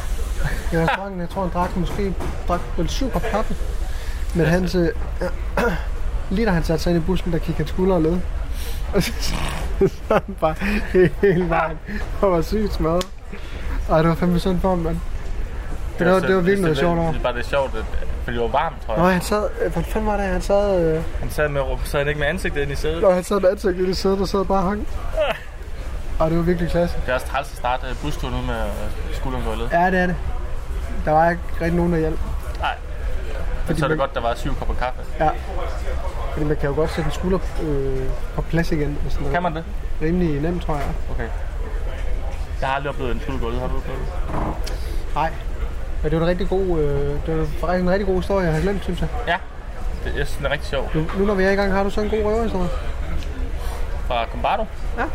G: I restauranten, jeg tror, han drak måske drak vel syv kopper kaffe. Men hans, øh, ja, lige da han satte sig ind i bussen, der kiggede hans skulder og led. Og så, så, så var han bare hele vejen og var sygt smadret. Ej, det var fandme synd for ham, mand. Det var,
A: så-
G: det var virkelig noget
A: Altså, det-
G: sjovt over.
A: Det var det sjovt, at, fordi det var varmt, tror
G: Nå,
A: jeg.
G: han sad, øh, hvad fanden var det, han sad, øh,
A: Han sad, med, sad han ikke med ansigtet ind i sædet.
G: og han sad med ansigtet i det sæde, der sad bare og hang. Ej, det var virkelig klasse.
A: Det er også træls at starte øh, busturen ud med øh, skulderen gået led.
G: Ja, det er det. Der var ikke rigtig nogen, der hjalp.
A: Men så er det
G: man-
A: godt, der var syv kopper kaffe.
G: Fordi man kan jo godt sætte en skulder øh, på plads igen, hvis det
A: Kan
G: er
A: man det?
G: rimelig nemt, tror jeg.
A: Okay. Jeg har aldrig oplevet en skulder gået led. Har du oplevet det?
G: Nej. Men det var en rigtig god, øh, det var faktisk en rigtig god historie, jeg har glemt, synes jeg.
A: Ja. Det, jeg synes, den er rigtig sjov.
G: Nu, nu når vi er i gang, har du så en god røverhistorie?
A: Fra Combardo?
G: Ja.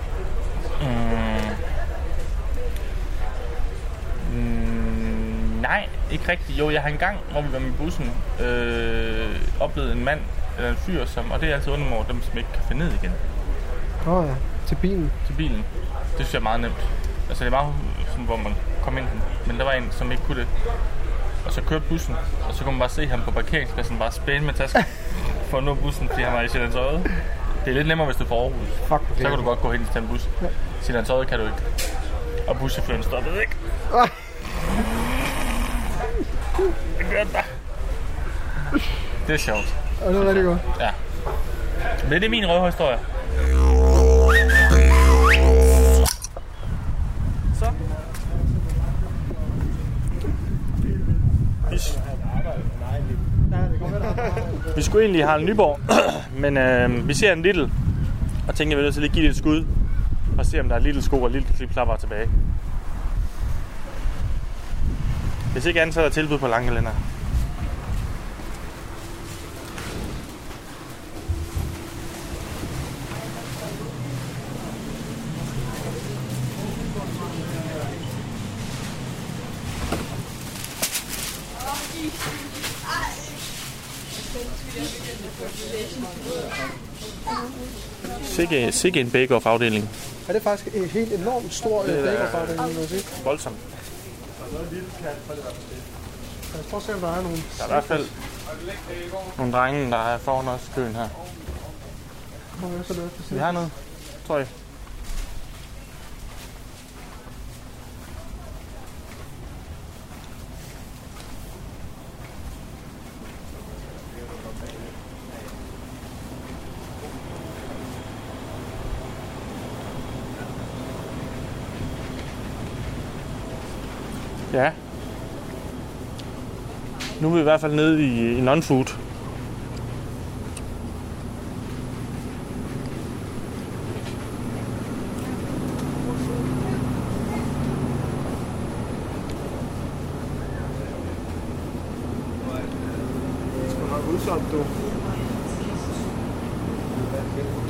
A: Mm. Mm, nej, ikke rigtigt. Jo, jeg har engang, hvor vi var med bussen, øh, oplevet en mand, eller en fyr, som, og det er altid under over dem, som ikke kan finde ned igen
G: Nå ja, til bilen.
A: til bilen. Det synes jeg er meget nemt. Altså det er meget sådan, hvor man kom ind, men der var en, som ikke kunne det. Og så kørte bussen, og så kunne man bare se ham på parkeringspladsen, bare spænde med tasken for at nå bussen, fordi han var i Sjællands Øje. Det er lidt nemmere, hvis du er fra Aarhus.
G: Fuck,
A: Så kan du godt gå hen til en bus. Sjællands Øje kan du ikke. Og buschaufføren stoppede ikke. Jeg gør det bare. Det er sjovt.
G: Og det var rigtig godt.
A: Ja. Men det er min røvhistorie. Så. Vi, vi skulle egentlig have en Nyborg, men øh, vi ser en Lidl, og tænker, at vi er nødt til lige at give det et skud, og se, om der er Lidl sko og Lidl klipklapper tilbage. Hvis ikke andet, så er der tilbud på Langelænder. Sikke, sikke en bake-off-afdeling.
G: Er det faktisk en helt enormt stor øh, bagerfart, må jeg sige.
A: Voldsomt.
G: Lad os prøve at se, om der er nogen.
A: Der er i hvert fald nogle drenge, der er foran os i køen her.
G: Må jeg så lade os
A: Vi
G: se.
A: har noget, tror jeg. Ja. Nu er vi i hvert fald nede i, i non-food.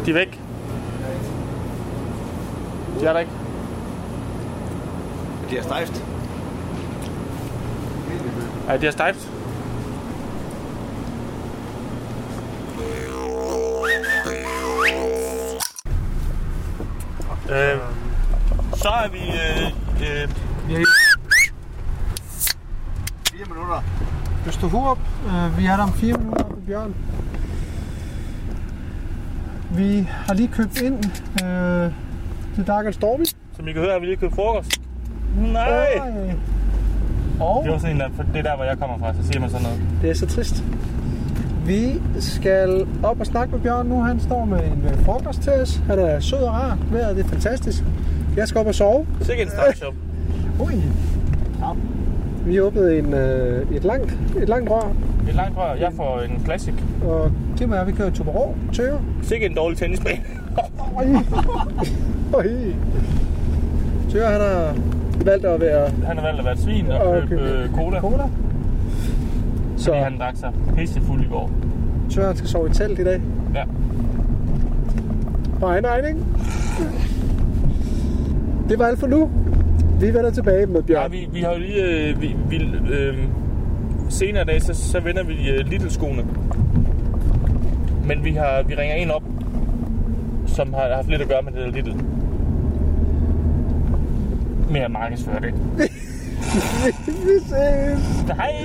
A: De er væk. De er der ikke.
C: Det er stejft.
A: Ej, det er Øhm, stejft. Øh, så er vi... Øh, øh,
C: Fire minutter.
G: Øster Hurup, øh, vi er der om fire minutter på Bjørn. Vi har lige købt ind øh, til Dark and Stormy.
A: som I kan høre, har vi lige købt frokost. Nej!
G: Øh, Og
A: Det var sådan en, der, det er der, hvor jeg kommer fra, så siger man sådan noget.
G: det er så trist. Vi skal op og snakke med Bjørn nu. Han står med en øh, frokost til os. Han er sød og rar. Vejret det er fantastisk. Jeg skal op og sove.
A: Sikke en startshop.
G: Ui. Ja. Vi åbnede en, øh, et, langt, et langt rør,
A: Det er langt rør. Jeg får en classic.
G: og Kim og jeg, vi kører Tuberå, Tøger.
A: Sikke en dårlig tennisbane.
G: Oi. Tøger, han har valgt at være
A: Han har valgt at være et svin og
G: og
A: købe øh, cola,
G: cola. Så
A: fordi han drak sig pissefuld i går.
G: Tøger, han skal sove i telt i dag.
A: Ja.
G: På egen regning. Det var alt for nu. Vi vender tilbage med
A: Ja,
G: Bjørn.
A: vi, vi har jo lige... Øh, vi, vi, øh, senere i dag, så, så vender vi øh, Lidl-skoene. Men vi, har, vi ringer en op, som har haft lidt at gøre med det der Lidl. Men jeg markedsfører det ikke.
G: vi ses.
A: Hej!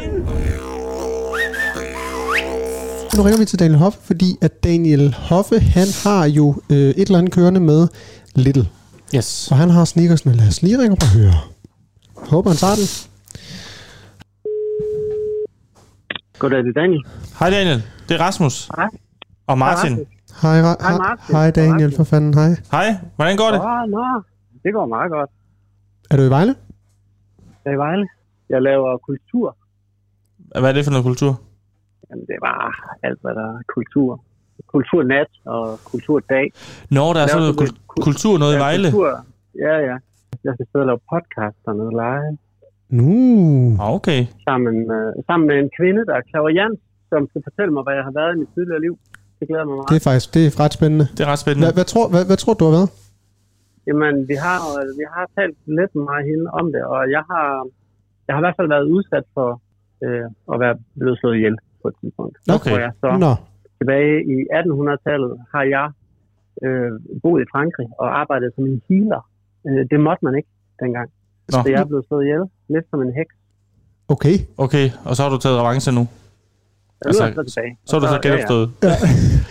G: Nu ringer vi til Daniel Hoffe, fordi at Daniel Hoffe, han har jo øh, et eller andet kørende med Little.
E: Yes.
G: Så han har sneakersene. Lad os lige ringe op og høre. Håber han tager den.
J: Goddag, det er Daniel.
A: Hej Daniel, det er Rasmus. Hej. Og Martin.
G: Hej, Ra-
J: Hej,
G: hej,
J: Martin.
G: hej Daniel, for fanden, hej.
A: Hej, hvordan går det?
J: Åh, oh, nå. Det går meget godt.
G: Er du i Vejle?
J: Jeg er i Vejle. Jeg laver kultur.
A: Hvad er det for noget kultur?
J: Jamen, det var alt, hvad der er kultur. Kulturnat og kulturdag.
A: Nå, der er
J: Laver
A: sådan noget
J: du det?
A: kul- kultur noget i
J: Ja,
A: Vejle.
J: Kultur. Ja, ja. Jeg skal sidde og lave podcast dernede live.
G: Nu.
A: Ah, okay.
J: Sammen, øh, sammen med en kvinde, der er klaverjant, som skal fortælle mig, hvad jeg har været i mit tidligere liv. Det glæder mig
G: Det
J: meget.
G: er faktisk det er ret spændende.
A: Det er ret
G: Hvad,
A: spændende.
G: hvad, tror, hvad, hvad tror du har været?
J: Jamen, vi har, øh, vi har talt lidt med mig og hende om det, og jeg har, jeg har i hvert fald været udsat for øh, at være blevet slået ihjel på et tidspunkt.
A: Okay.
J: Hvor jeg så
G: Nå,
J: tilbage i 1800-tallet har jeg øh, boet i Frankrig og arbejdet som en healer. Øh, det måtte man ikke dengang.
A: Nå.
J: Så jeg er blevet slået ihjel, lidt som en heks.
G: okay.
A: Okay, og så har du taget revanche nu.
J: Og nu er jeg
A: Altså,
J: så tilbage.
A: Så er du så genopstået.
J: Ja,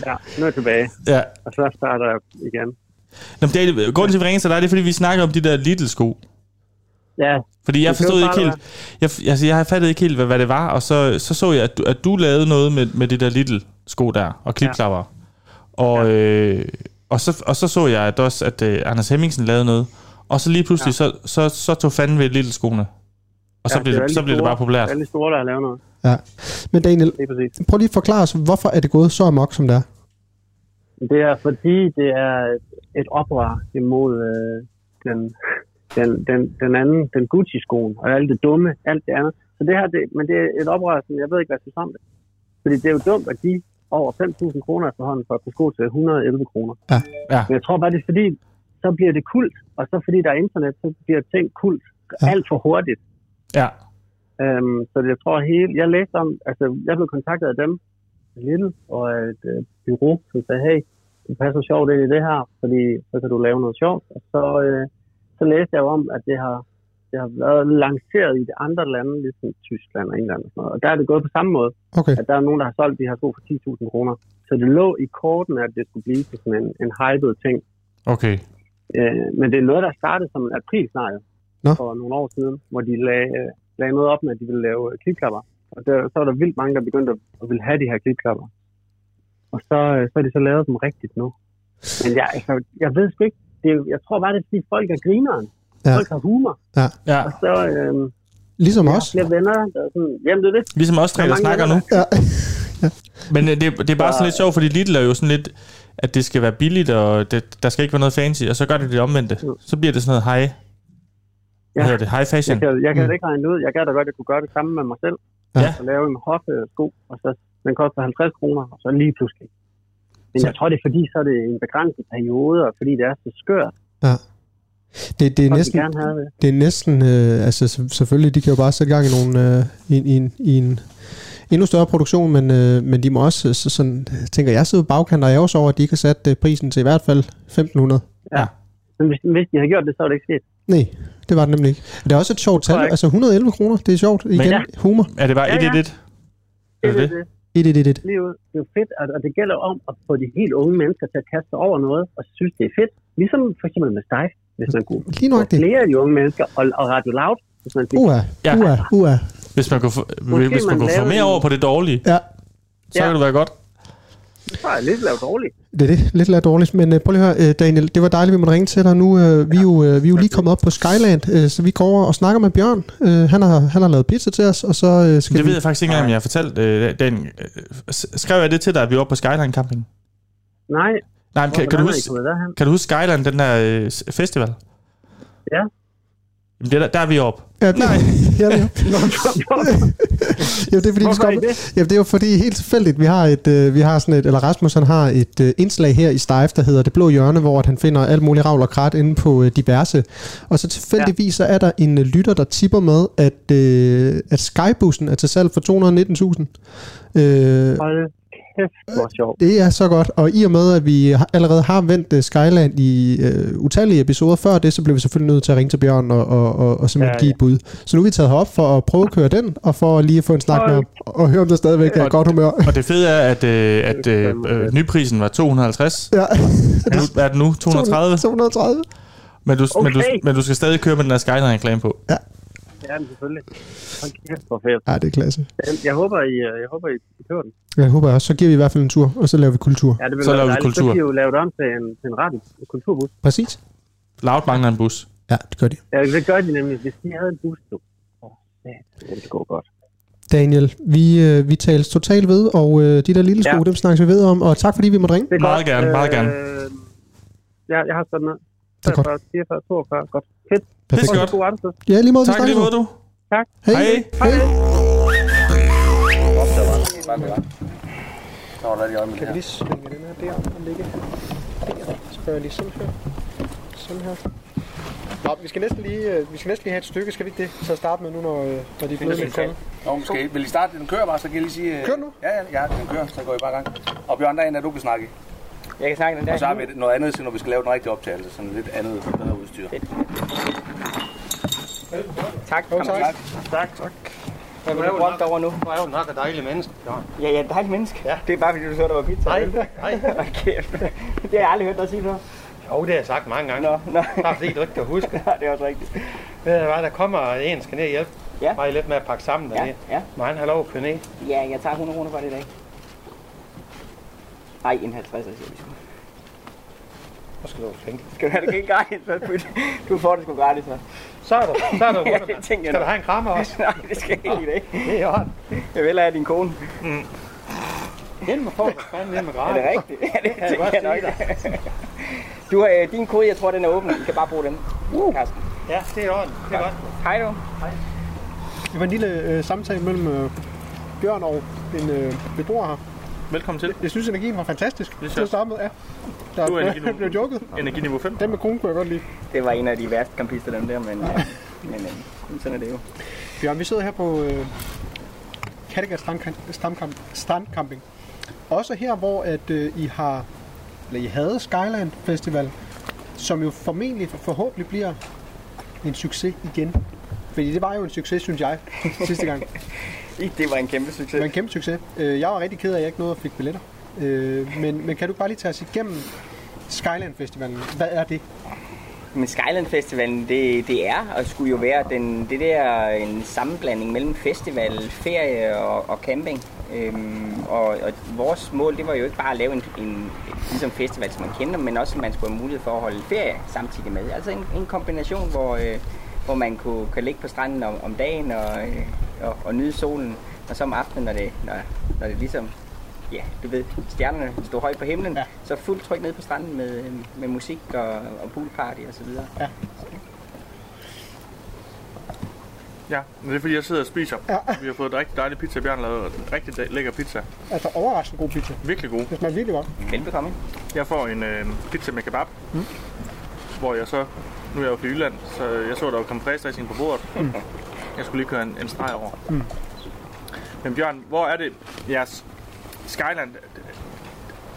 J: ja, nu er jeg tilbage,
A: Ja.
J: og så starter jeg igen.
A: Nå, men Daniel, grunden til, at vi ringer til dig, det er, fordi vi snakker om de der Lidl-sko.
J: Ja,
A: Fordi jeg
J: Det kan
A: forstod
J: jo
A: ikke
J: bare
A: helt... Jeg, altså, jeg fattede ikke helt, hvad, hvad det var, og så så, så jeg, at du, at du lavede noget med, med det der Lidl-sko der, og klipklapper. Og, øh, og, så, og så så jeg at også, at øh, Anders Hemmingsen lavede noget. Og så lige pludselig, så, så, så tog fanden ved Lidl-skoene. Og så,
J: ja,
A: blev
J: er
A: det,
J: alle
A: så
J: de
A: blev det
J: store-
A: bare populært.
J: Alle de store, der har lavet noget.
G: Ja. Men Daniel,
J: Det er præcis.
G: prøv lige at forklare os, hvorfor er det gået så amok, som det er?
J: Det er fordi, det er et oprør imod øh, den, den, den, den anden, den Gucci-skoen og alt det dumme, alt det andet. Så det her, det, men det er et oprør, som jeg ved ikke, hvad jeg skal sammen med. Fordi det er jo dumt at give over 5.000 kroner efterhånden for at kunne sko til 111 kroner.
G: Ja,
A: ja.
J: Men jeg tror bare, det er fordi, så bliver det kult, og så fordi der er internet, så bliver ting kult
G: Ja.
J: alt for hurtigt.
A: Ja.
J: Øhm, så jeg tror hele, jeg læste om, altså jeg blev kontaktet af dem, Little og et øh, bureau, som sagde, hey, du passer sjovt ind i det her, fordi så kan du lave noget sjovt. Og så, øh, så læste jeg jo om, at det har, det har været lanceret i de andre lande, ligesom Tyskland og England og sådan noget. Og der er det gået på samme måde,
G: Okay.
J: at der er nogen, der har solgt de her sko for 10.000 kroner. Så det lå i korten, at det skulle blive til sådan en, en hyped ting.
A: Okay.
J: Øh, men det er noget, der startede som en aprilsnegl
G: Nå.
J: for nogle år siden, hvor de lagde, øh, lagde noget op med, at de ville lave øh, klipklapper. Og der, så var der vildt mange, der begyndte at, at ville have de her klipklapper. Og så, øh, så har de så lavet dem rigtigt nu. Men jeg, altså, jeg ved sgu ikke, det er, jo- jeg tror bare, det er fordi folk er grineren.
G: Ja.
J: Ja. Folk har humor.
A: Ja.
J: Og så øh,
G: Ligesom
J: jeg
G: os.
J: har flere venner, der er sådan, jamen det er det.
A: Ligesom os tre,
J: Der er
A: der snakker
J: mange
A: nu.
G: Ja.
A: Men øh, det, det er bare sådan lidt sjovt, fordi Lidl er jo sådan lidt, at det skal være billigt, og det, der skal ikke være noget fancy, og så gør det det omvendte. Så bliver det sådan noget high, hvad
J: Ja.
A: hedder det, high
J: Jeg
A: fashion.
J: kan, jeg kan mm. ikke regne det ud. Jeg gad da godt, at jeg kunne gøre det samme med mig selv.
A: Ja.
J: Og lave en hoffe sko, og så den koster 50 kroner, og så lige pludselig. Men jeg tror, det er fordi, så er det en begrænset periode, og fordi det er så skørt,
G: Det, det er
J: folk
G: næsten,
J: vil gerne have det.
G: det er næsten øh, altså se- selvfølgelig, de kan jo bare sætte gang i, nogle, øh, i, en- i, en, i en endnu større produktion, men, øh, men de må også, øh, så, sådan, tænker jeg, sidde på bagkanter og også over, at de ikke har sat øh, prisen til i hvert fald 1500.
J: Men hvis, hvis de havde gjort det, så var det ikke sket.
G: Nej, det var det nemlig ikke. Det er også et sjovt tal,
J: Korrekt.
G: altså 111 kroner, det er sjovt, igen,
A: ja.
G: humor.
A: Er det bare
J: Ja,
A: et,
J: ja.
A: et, et? Er
J: Det, er
A: det
J: det,
G: Et, et, et, et.
J: lige ud. det er jo fedt, og, og det gælder om at få de helt unge mennesker til at kaste sig over noget, og synes, det er fedt. Ligesom for eksempel med dig, hvis man kunne
G: Lige
J: få
G: nøjagtigt.
J: flere af de unge mennesker, og, og Radio Loud, hvis man fik
G: Uha,
A: Ja.
G: uha, uha.
A: Hvis man kunne, få,
J: Måske
A: hvis man
J: man
A: kunne få
J: laver
A: mere
J: en-
A: over på det dårlige,
G: Ja,
A: så
J: Ja.
A: ville det være godt.
J: så er det lidt lavet dårligt.
G: det er det. Lidt lidt dårligt, men øh, prøv lige at høre, øh, Daniel, det var dejligt, vi måtte ringe til dig nu. Øh, vi, er jo, øh, vi er jo lige kommet op på Skyland, øh, så vi går over og snakker med Bjørn. Øh, han, har, han har lavet pizza til os, og så øh, skal
A: Det
G: vi...
A: ved jeg faktisk ikke engang, om jeg har fortalt. Øh, den, øh, s- skrev jeg det til dig, at vi var på Skyline Camping?
J: Nej,
A: Nej, men kan, kan, du
J: hvordan er I
A: huske,
J: kommet derhen?
A: kan du huske Skyline, den der øh, s- festival?
J: Ja.
A: Jamen, det er der, der er vi oppe.
G: Ja, nej. ja, det er, jo, det er fordi, vi
J: Hvorfor
G: skal
J: er I
G: op,
J: det?
G: Jamen, det er jo fordi helt tilfældigt, vi har et, øh, vi har sådan et, eller Rasmus han har et øh, indslag her i Stejf, der hedder Det Blå Hjørne, hvor at han finder alt muligt ravl og krat inde på øh, diverse. Og så tilfældigvis så er der en øh, lytter, der tipper med, at, øh, at Skybussen er til salg for 219.000. Øh,
J: Hold kæft, hvor sjovt.
G: det er så godt, og i og med, at vi har- allerede har vendt øh, Skyland i øh, utallige episoder før det, så blev vi selvfølgelig nødt til at ringe til Bjørn og, og, og, og simpelthen ja,
J: Ja,
G: give et bud. Så nu er vi taget herop for at prøve at køre den, og for lige at få en snak med ham, og høre om der stadigvæk er
A: Og-
G: godt humør.
A: Og det fede er, at, øh, at øh, øh, nyprisen var 250.
G: Ja,
A: Nu er den nu 230.
G: 230.
A: Men du, men, du,
J: Okay.
A: men du skal stadig køre med den der Skyline-reklame på.
J: Ja, men selvfølgelig. Hold kæft, hvor fedt.
G: Ja, det er klasse.
J: Jeg- Jeg håber, I, øh, jeg håber, I I kører den.
G: Jeg håber jeg også. Så giver vi i hvert fald en tur, og så laver vi kultur.
J: Ja, det vil
A: Så
J: være
A: laver vi
J: dejligt.
A: kultur.
J: Så kan I jo lave det om til en, til en radio, en kulturbus.
G: Præcis.
A: Loud mangler en bus.
G: Ja, det gør de.
J: Ja, det gør de nemlig. Hvis de havde en bus, du. Åh, sat, det ville gå godt.
G: Daniel, vi, øh, vi tales totalt ved, og øh, de der lille sko, ja.
J: Ja.
G: dem snakkes vi ved om, og tak fordi vi måtte ringe.
J: Det er
A: Meget
J: godt.
A: gerne, meget gerne.
J: Øh, ja, jeg har sådan noget.
G: Det er godt.
J: 43, 44, 42. Godt. Fedt.
A: Pisse godt.
J: God aften.
G: Ja, lige måde, vi
A: Tak i
G: snakkes
A: lige måde, du.
J: Tak.
G: Hej.
A: Hej.
G: Hej.
C: Så var der lige øjeblik her.
G: lige svinge den her der og ligge der? Så gør jeg lige sådan her. Sådan her. Nå, vi skal næsten lige, øh, vi skal næsten lige have et stykke, skal vi ikke det? Så starte med nu, når, øh, når de er blevet lidt kolde.
C: Nå, men skal I, vil I starte? Den kører bare, så kan I lige sige... øh,
G: Kører den nu?
C: Ja, ja, ja, den kører, så går I bare i gang. Og Bjørn, der er en, der du kan snakke i.
K: Jeg kan snakke den der.
C: Og så har vi et- noget andet, til, når vi skal lave den rigtige optagelse. Sådan lidt andet bedre udstyr.
K: Tak, kom tak.
C: Tak.
K: Hvad vil du brokke over nu?
D: Du er jo nok et dejligt menneske.
K: Ja, ja, dejligt menneske. Ja. Det er bare fordi, du så, der var pizza. Nej, nej. kæft. Det har jeg aldrig hørt dig sige før.
D: Jo, det har jeg sagt mange gange.
K: Nå, nå.
D: Bare fordi du ikke kan huske.
K: Ja, det er også rigtigt.
D: Ved du hvad, der kommer en, skal ned og hjælpe.
K: Ja.
D: Bare lidt med at pakke sammen
K: Ja,
D: dernede.
K: ja.
D: Må han have lov at køre ned?
K: Ja, jeg tager 100 kroner for det i dag. Ej, en 50 siger vi sgu.
D: Så skal du tænke.
K: Skal du have det ikke gratis? så pyt. Du får det sgu gratis, så.
D: Så er der, så er der
K: Ja,
D: rundt.
K: det tænker jeg
D: Skal du
K: nok.
D: have en krammer også?
K: Nej, det skal jeg ikke i dag.
D: Det er i orden. Mm.
K: Jeg vil have din kone.
D: Den må få for fanden ned med
K: Er
D: gratis.
K: det rigtigt? Ja, det
D: jeg
K: tænker
D: godt
K: jeg nok. Du, øh, din kode, jeg tror, den er åben. Du kan bare bruge den,
D: Uh.
K: Karsten.
D: Ja, det er i orden. Det er godt.
K: Hej du.
G: Det var en lille øh, samtale mellem øh, Bjørn og en øh, beboer her.
A: Velkommen til.
G: Jeg synes, energien var fantastisk. Det
A: er
G: er
A: sjovt.
G: til at starte med, ja. Der
A: Du er
G: blev,
A: energiniveau.
G: blev joket.
A: Energiniveau 5.
G: Den med konen kunne jeg godt lide.
K: Det var en af de værste kampister, dem der, men, øh, men øh, sådan er det jo.
G: Bjørn, vi sidder her på øh, Kattegat Strandkamp, Strandkamp, Strandcamping. Også her, hvor at, øh, I har eller I havde Skyland Festival, som jo formentlig forhåbentlig bliver en succes igen. Fordi det var jo en succes, synes jeg, sidste gang.
K: det var en kæmpe succes.
G: Det var en kæmpe succes. Øh, jeg var rigtig ked af, at jeg ikke nåede at fik billetter. Øh, men, men kan du bare lige tage os igennem Skyland Festivalen? Hvad er det?
K: Men Skyland Festivalen, det, det er og skulle jo være den, det der en sammenblanding mellem festival, ferie og, og camping. Øhm, og, og vores mål, det var jo ikke bare at lave en, en ligesom festival, som man kender, men også, at man skulle have mulighed for at holde ferie samtidig med. Altså en, en kombination, hvor, øh, hvor man kunne, kunne ligge på stranden om, om dagen og, øh, og, og nyde solen, og så om aftenen, når det, når, når det ligesom ja, du ved, stjernerne stod højt på himlen, ja. så fuldt tryk ned på stranden med, øh, med musik og, og poolparty og så videre. Ja.
A: Ja, men det er fordi, jeg sidder og spiser. Ja. Vi har fået rigtig dejlig pizza. Bjørn lavede en rigtig da- lækker pizza.
G: Altså overraskende god pizza.
A: Virkelig god.
G: Det smager virkelig godt.
K: Velbekomme.
A: Jeg får en øh, pizza med kebab, mm. hvor jeg så... Nu er jeg jo fra Jylland, så jeg så, der var kompressdressing på bordet. Mm. Jeg skulle lige køre en, en streg over. Mm. Men Bjørn, hvor er det jeres Skyland,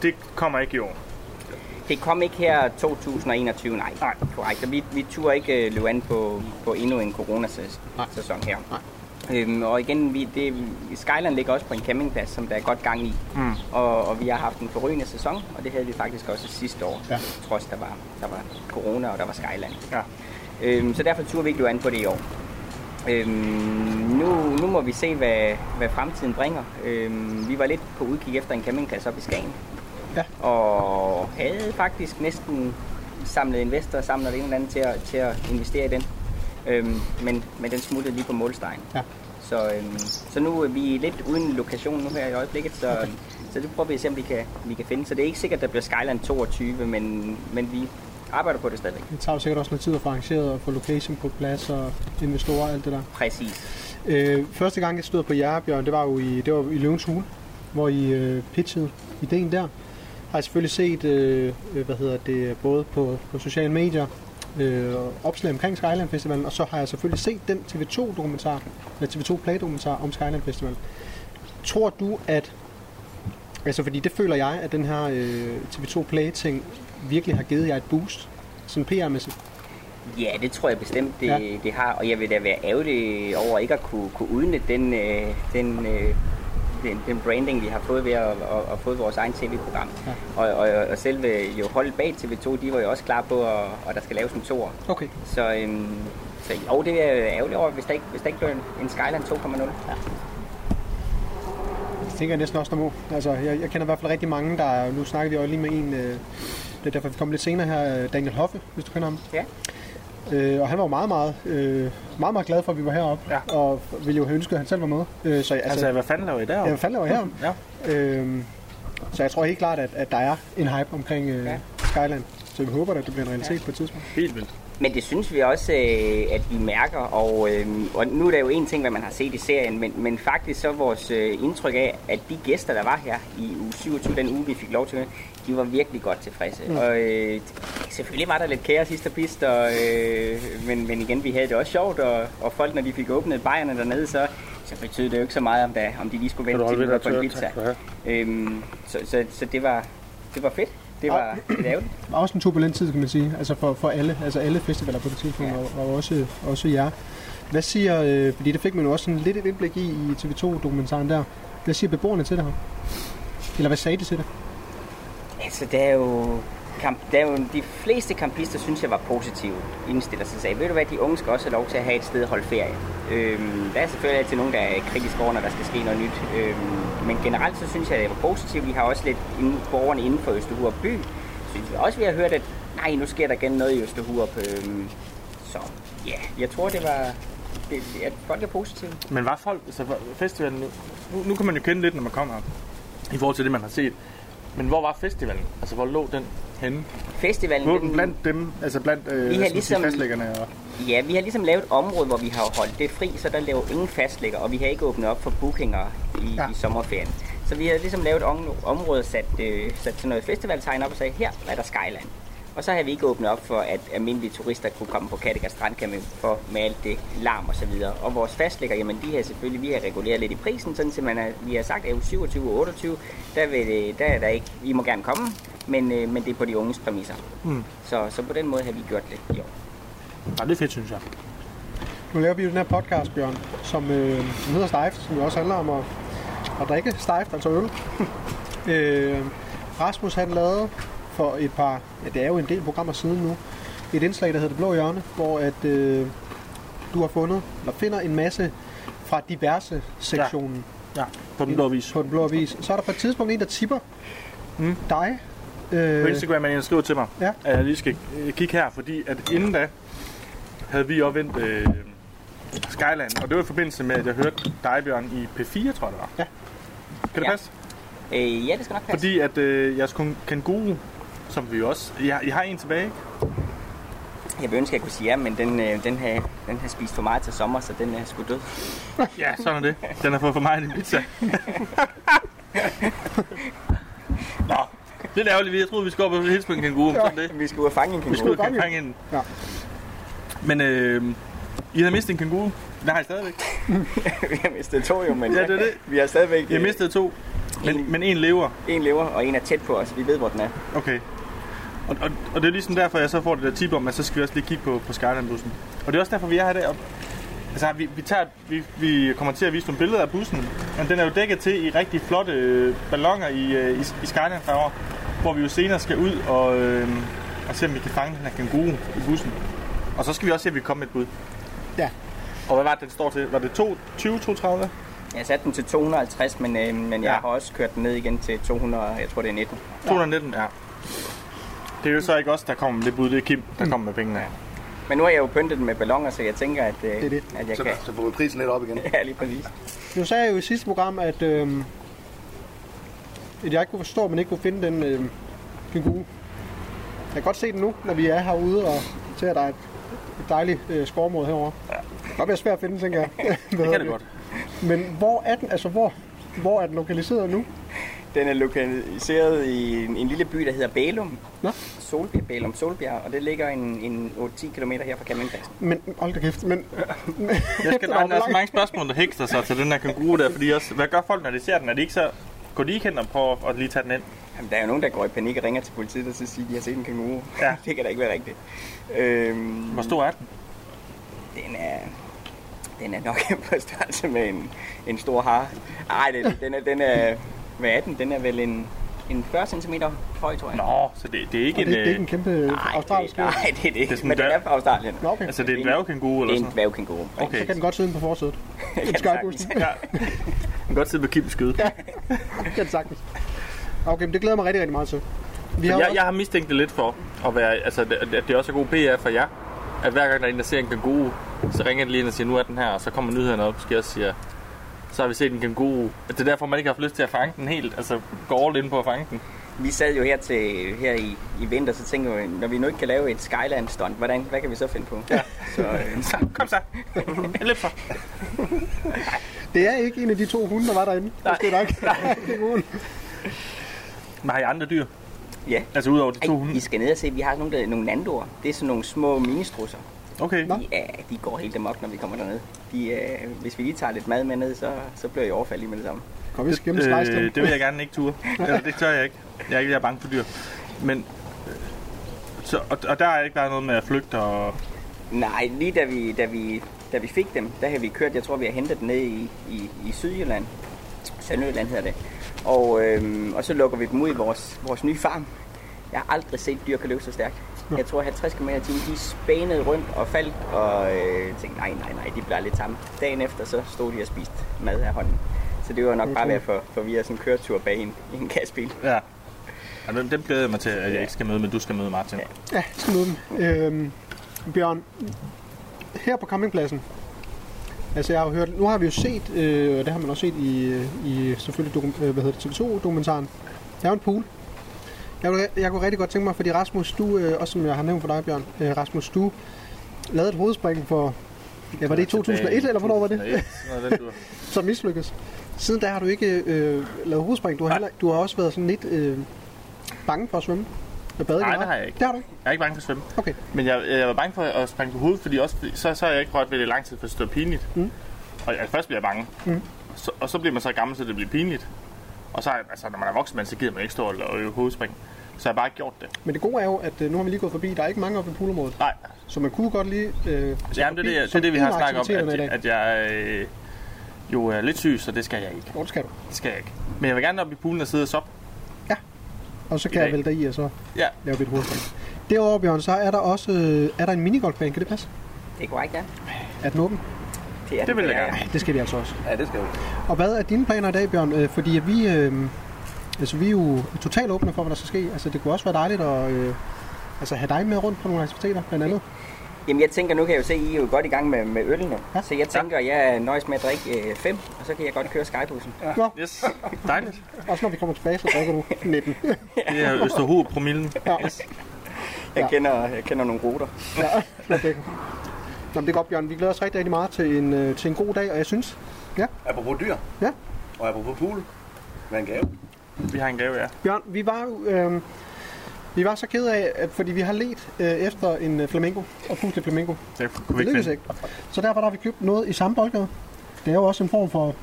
A: det kommer ikke i år.
K: Det kom ikke her 2021, nej. Nej. Korrekt. Og vi, vi turde ikke øh, løbe an på, på endnu en coronasæson her. Nej. Øhm, og igen, vi, det, Skyland ligger også på en campingplads, som der er godt gang i. Mm. Og, og vi har haft en forrygende sæson, og det havde vi faktisk også sidste år. Ja. Trods der var, der var corona, og der var Skyland. Ja. Øhm, så derfor turde vi ikke løbe an på det i år. Øhm, nu, nu må vi se, hvad, hvad fremtiden bringer. Øhm, vi var lidt på udkig efter en campingplads op i Skagen. Ja. Og havde faktisk næsten samlet investorer sammen og det ene eller andet til at, til at investere i den. Øhm, men, men den smuttede lige på målstregen. Ja. Så, øhm, så nu er vi lidt uden lokation nu her i øjeblikket, så, okay. så det prøver vi at se, om vi kan, vi kan finde. Så det er ikke sikkert, at der bliver Skyland 22, men, men vi, arbejder på det stadigvæk.
G: Det tager jo sikkert også noget tid at få arrangeret og få location på plads og investorer og alt det der.
K: Præcis.
G: Øh, første gang jeg stod på jer, Bjørn, det var jo i, det var i Løvens Hule, hvor I øh, pitchede ideen der. Har jeg selvfølgelig set, øh, hvad hedder det, både på, på sociale medier, øh, opslag omkring Skyland Festivalen, og så har jeg selvfølgelig set den TV2-dokumentar, eller TV2 Play-dokumentar om Skyland Festivalen. Tror du, at Altså fordi det føler jeg, at den her øh, TV2 Play-ting virkelig har givet jer et boost, sådan PR-mæssigt?
K: Ja, det tror jeg bestemt, det, ja. det har, og jeg vil da være ærgerlig over ikke at kunne, kunne udnytte den, øh, den, øh, den, den branding, vi har fået ved at, at, at få vores egen tv-program. Ja. Og, og, og selve jo holdet bag TV2, de var jo også klar på, at, at der skal laves en toer.
G: Okay.
K: Så, øhm, så jo, det er jeg ærgerlig over, hvis der ikke, hvis der ikke blev en, en Skyland 2.0. Ja.
G: Det tænker jeg næsten også, der må. Altså, jeg, jeg kender i hvert fald rigtig mange, der er, nu snakker vi jo lige med en... Øh, det er derfor, vi kommer lidt senere her, øh, Daniel Hoffe, hvis du kender ham.
K: Ja.
G: Øh, og han var jo meget meget, øh, meget, meget glad for, at vi var heroppe, ja. og ville jo have ønsket, at han selv var med.
A: Øh, så, altså, altså, hvad fanden laver I deroppe? Ja,
G: hvad fanden laver I heroppe? ja. øh, så jeg tror helt klart, at, at der er en hype omkring øh, ja. Skyland. Så vi håber, at det bliver en realitet ja. på et tidspunkt.
A: Helt vildt.
K: Men det synes vi også, øh, at vi mærker, og, øh, og nu er der jo en ting, hvad man har set i serien, men, men faktisk så vores øh, indtryk af, at de gæster, der var her i uge 27, den uge, vi fik lov til, de var virkelig godt tilfredse. Mm. Og øh, selvfølgelig var der lidt kaos sidst og pist, og, øh, men, men igen, vi havde det også sjovt, og, og folk, når de fik åbnet bajerne dernede, så, så betød det jo ikke så meget, om, der, om de lige skulle vente til, at på en pizza. Øhm, så, så, så det, var, det var fedt det var lidt ærgerligt.
G: Også en turbulent tid, kan man sige, altså for, for alle, altså alle festivaler på det tidspunkt, ja. og, og, også, også jer. Hvad siger, øh, fordi det fik man jo også sådan lidt et indblik i i TV2-dokumentaren der, hvad siger beboerne til det her? Eller hvad sagde de til det?
K: Altså, det er jo... Kamp, der er jo, de fleste kampister synes jeg var positive indstiller sig sagde, ved du hvad, de unge skal også have lov til at have et sted at holde ferie. Øhm, der er selvfølgelig altid nogen, der er kritiske over, når der skal ske noget nyt. Øhm, men generelt så synes jeg, at det var positivt. Vi har også lidt inden, borgerne inden for Østerhur by, synes vi også, vi har hørt, at nej, nu sker der igen noget i Østerhur. Øhm, så ja, yeah, jeg tror, det var, det, at folk er positive.
A: Men var folk, altså festivalen, nu, nu, nu kan man jo kende lidt, når man kommer op, i forhold til det, man har set. Men hvor var festivalen? Altså, hvor lå den henne?
K: Festivalen...
A: Hvor den blandt dem, altså blandt øh, vi har ligesom, fastlæggerne og...
K: Ja, vi har ligesom lavet et område, hvor vi har holdt det fri, så der laver ingen fastlægger, og vi har ikke åbnet op for bookinger i, ja. i sommerferien. Så vi har ligesom lavet et område, sat, øh, sat til noget festivaltegn op og sagde, her er der Skyland. Og så havde vi ikke åbnet op for, at almindelige turister kunne komme på Kattegat Strandcamping for med alt det larm og så videre. Og vores fastlægger, jamen de her selvfølgelig, vi har reguleret lidt i prisen, sådan at man er, vi har sagt, at 27 og 28, der, vil, det- der er der ikke, I må gerne komme, men, øh, men det er på de unges præmisser.
A: Mm.
K: Så, så på den måde har vi gjort lidt i år.
A: Ja, det er fedt, synes jeg.
G: Nu laver vi jo den her podcast, Bjørn, som, øh, som hedder Stejft, som jo også handler om at, at drikke stejft, altså øl. øh, Rasmus han lavede for et par, ja det er jo en del programmer siden nu, et indslag, der hedder Det Blå Hjørne, hvor at, øh, du har fundet, eller finder en masse fra diverse sektionen
A: På den blå vis.
G: på den blå avis. Så er der på et tidspunkt en, der tipper
A: Mm.
G: dig.
A: På
G: Øh,
A: Instagram er en, der skriver til mig,
G: Ja.
A: at jeg lige skal øh, kigge her, fordi at inden da havde vi opvendt øh, Skyland, og det var i forbindelse med, at jeg hørte dig, Bjørn, i P4, tror jeg det var.
G: Ja.
A: Kan det
K: Ja.
A: passe?
K: Øh, ja, det skal nok passe.
A: Fordi at øh, jeres kun- kanguru, som vi jo også... I har, I har en tilbage, ikke?
K: Jeg vil ønske, at jeg kunne sige ja, men den, øh, den, har, den har spist for meget til sommer, så den er sgu død.
A: Ja, sådan er det. Den har fået for mig en pizza. Nå, lidt ærgerligt. Jeg troede, vi skulle op og hilse på en kanguru, men sådan er det.
K: Vi skal ud og fange en
A: Vi skulle
K: kænguru.
A: ud og fange en.
G: Ja.
A: Men øh, I havde mistet en kanguru. Den har I stadigvæk.
K: vi har mistet to jo, men
A: Ja, det er det.
K: vi har stadigvæk
A: Jeg
K: øh,
A: mistede to, men,
K: En.
A: men en lever.
K: en lever, og en er tæt på os. Vi ved, hvor den er.
A: Okay. Og, og, og det er ligesom derfor, jeg så får det der tip om, at så skal vi også lige kigge på, på Skyline-bussen. Og det er også derfor, vi er her i dag. Og- Altså, vi, vi, tager, vi, vi kommer til at vise nogle billeder af bussen, men den er jo dækket til i rigtig flotte øh, ballonger i, øh, i, i Skyline-farver, hvor vi jo senere skal ud og, øh, og se, om vi kan fange den her kanguru i bussen. Og så skal vi også se, at vi kommer med et bud.
G: Ja.
A: Og hvad var det, den står til? Var det 2, 20, 32?
K: Jeg satte den til 250, men, øh, men jeg
A: Ja.
K: har også kørt den ned igen til 200, jeg tror det er 19.
A: 219, ja. Det er jo så ikke os, der kommer med det bud, det er Kim, der kommer med pengene.
K: Men nu har jeg jo pyntet den med ballonger, så jeg tænker, at, øh,
G: er det.
K: at jeg
C: Så,
K: kan.
C: så får vi prisen lidt op igen.
K: Ja, lige præcis.
G: Nu sagde jeg jo i sidste program, at, øh, at jeg ikke kunne forstå, at man ikke kunne finde den øh, kænguru. Jeg kan godt se den nu, når vi er herude og ser, at der er et, et dejligt øh, skovområde herovre. Ja. Det kan være svært at finde, tænker jeg. det
A: Det kan det godt.
G: Men hvor er den, altså hvor, hvor er den lokaliseret nu?
K: Den er lokaliseret i en, en lille by, der hedder Bælum.
G: Nå.
K: Solbjerg, Bælum Solbjerg, og det ligger en, en 8-10 km her fra campingpladsen.
G: Men hold da kæft, men...
A: Jeg skal,
G: Der var
A: der, der er så
G: langt.
A: mange spørgsmål, der hækster sig til den her kanguru der, fordi også, hvad gør folk, når de ser den? Er de ikke så, går de ikke hen og prøver at lige tage den ind?
K: Jamen, der er jo nogen, der går i panik og ringer til politiet, og så siger, at de har set en kanguru.
A: Ja.
K: det kan da ikke være rigtigt. Øhm,
A: Hvor stor er den?
K: Den er, den er nok på størrelse med en, en stor hare. Nej, den, den, er, den er... Hvad er den? Den er vel en, en 40 cm høj, tror jeg.
A: Nå, så det, det er ikke en...
G: Det, det er ikke
A: øh,
G: en kæmpe
K: Nej,
G: australsk...
K: det, nej, det er det
A: Det er
K: ikke.
A: sådan
K: Men den
A: der-
K: er fra Australien.
G: Nå, okay.
A: Altså, det er en dværgkanguru
K: Det er
A: eller sådan
K: en dværgkænguru.
A: noget? Okay.
G: Så kan den godt sidde inde på forsædet.
K: kan
G: En skøjbussen.
K: sagtens.
A: Ja. Man kan godt sidde på Kims skød.
G: Det kan den sagtens. Okay, men det glæder jeg mig rigtig, rigtig meget til. Vi
A: Jeg,
G: også-
A: jeg har mistænkt det lidt for, at, være, altså, at at det også er god PR for jer, at hver gang der er en, der ser en kanguru, så ringer de lige ind og siger, nu er den her, og så kommer nyhederne op, og siger, så har vi set en kanguru. Det er derfor, man ikke har haft lyst til at fange den helt, altså gå all in på at fange den.
K: Vi sad jo her, til, her i, i vinter, så tænkte vi, når vi nu ikke kan lave et Skyland-stunt, hvordan, hvad kan vi så finde på? Ja. Så, øh,
A: Så, kom så. Løb så.
G: Det er ikke en af de to hunde, der var derinde. Nej. Det er nok. det er god.
A: Men har I andre dyr?
K: ja.
A: Altså udover de to
K: Ej, I
A: hunde?
K: skal ned og se, vi har sådan nogle, der, nogle nandoer. Det er sådan nogle små ministrusser.
A: Okay.
G: Nå.
K: Ja, de går helt dem op, når vi kommer derned. De, øh, hvis vi lige tager lidt mad med ned, så, så bliver jeg overfaldet lige med det samme.
G: Kom, vi skal gennem slice dem.
A: Øh, det vil jeg gerne ikke ture. Eller, det tør jeg ikke. Jeg er ikke jeg er bange for dyr. Men, øh, så, og, og der har ikke været noget med at flygte og...
K: Nej, lige da vi, da vi, da vi fik dem, der havde vi kørt, jeg tror vi har hentet dem ned i, i, i Sydjylland. Sønderjylland hedder det. Og, øhm, og så lukker vi dem ud i vores, vores nye farm. Jeg har aldrig set dyr kan løbe så stærkt. Jeg tror 50 km i timen, de spanede rundt og faldt, og øh, tænkte, nej, nej, nej, de bliver lidt tamme. Dagen efter, så stod de og spiste mad af hånden. Så det var nok bare ved at få- forvirre sådan en køretur bag en, i en kasbil.
A: Ja. Og dem, dem glæder jeg mig til, at jeg ikke skal møde, men du skal møde Martin. Ja.
G: Ja, jeg skal møde dem. Øhm, Bjørn, her på campingpladsen, altså jeg har jo hørt, nu har vi jo set, øh, og det har man også set i, øh, i selvfølgelig dokum, øh, hvad hedder det, TV2-dokumentaren, der er jo en pool. Jeg, kunne- jeg kunne rigtig godt tænke mig, fordi Rasmus, du, øh, også som jeg har nævnt for dig, Bjørn, øh, Rasmus, du lavede et hovedspring for, ja, var det i 2001, eller hvornår var det?
A: 2001, sådan noget, den dur.
G: som mislykkedes. Siden da har du ikke øh, lavet hovedspring. Du har, heller, du har også været sådan lidt øh, bange for at svømme. Med badedragt?
A: Nej, det har jeg ikke.
G: Det har du ikke?
A: Jeg er ikke bange for at svømme.
G: Okay.
A: Men jeg, jeg var bange for at springe på hovedet, fordi også, fordi- så, så har jeg ikke rørt ved det i lang tid, for det er pinligt.
G: Mm.
A: Og altså, først bliver jeg bange.
G: Mm.
A: Så, og så bliver man så gammel, så det bliver pinligt. Og så, er- altså, når man er voksen, mand, så gider man ikke stå og, og øve hovedspring. Så jeg har bare ikke gjort det.
G: Men det gode er jo, at øh, nu har vi lige gået forbi, der er ikke mange oppe i poolområdet.
A: Nej,
G: Så man kunne godt lige... Øh,
A: så jamen, det, er det, jeg- det, er det, vi har snakket om, at, at jeg øh, jo er lidt syg, så det skal jeg ikke.
G: Hvor skal du?
A: Det skal jeg ikke. Men jeg vil gerne op i poolen og sidde og soppe.
G: Og så
A: I
G: kan
A: dag.
G: jeg vælge dig i, og så
A: Ja.
G: lave mit hovedspring. Derudover, Bjørn, så er der også øh, er der en minigolfbane. Kan det passe?
K: Det er korrekt, ja.
G: Er den åben?
K: er
A: Det vil jeg gerne.
G: Nej, det skal vi altså også.
C: Ja, det skal jo.
G: Og hvad er dine planer i dag, Bjørn? Øh, fordi at vi, øh, altså, vi er jo totalt åbne for, hvad der skal ske. Altså, det kunne også være dejligt at øh, altså, have dig med rundt på nogle aktiviteter, blandt andet.
K: Jamen jeg tænker, nu kan jeg jo se, at I er jo godt i gang med, med øl nu.
G: Ja.
K: Så jeg tænker, at jeg nøjes med at drikke øh, fem, og så kan jeg godt køre skybussen.
G: Nå,
A: Yes, dejligt.
G: også når vi kommer tilbage, så drikker du 19.
A: Det er Østerhoved-promillen.
G: Ja.
K: Jeg,
G: Ja.
K: kender, jeg kender nogle ruter.
G: Nå, men det er godt, Bjørn. Vi glæder os rigtig, rigtig meget til en, øh, til en god dag, og jeg synes,
C: Apropos dyr.
G: Ja.
C: Og apropos pool. Hvad en gave.
A: Vi har en gave, ja.
G: Bjørn, vi var jo... Øh, vi var så ked af, at, fordi vi har let øh, efter en øh, flamingo, og pusle flamingo.
A: Det kunne vi
G: Det
A: ikke
G: lykkedes
A: finde.
G: ikke. Så derfor der har vi købt noget i samme boldgade. Det er jo også en form for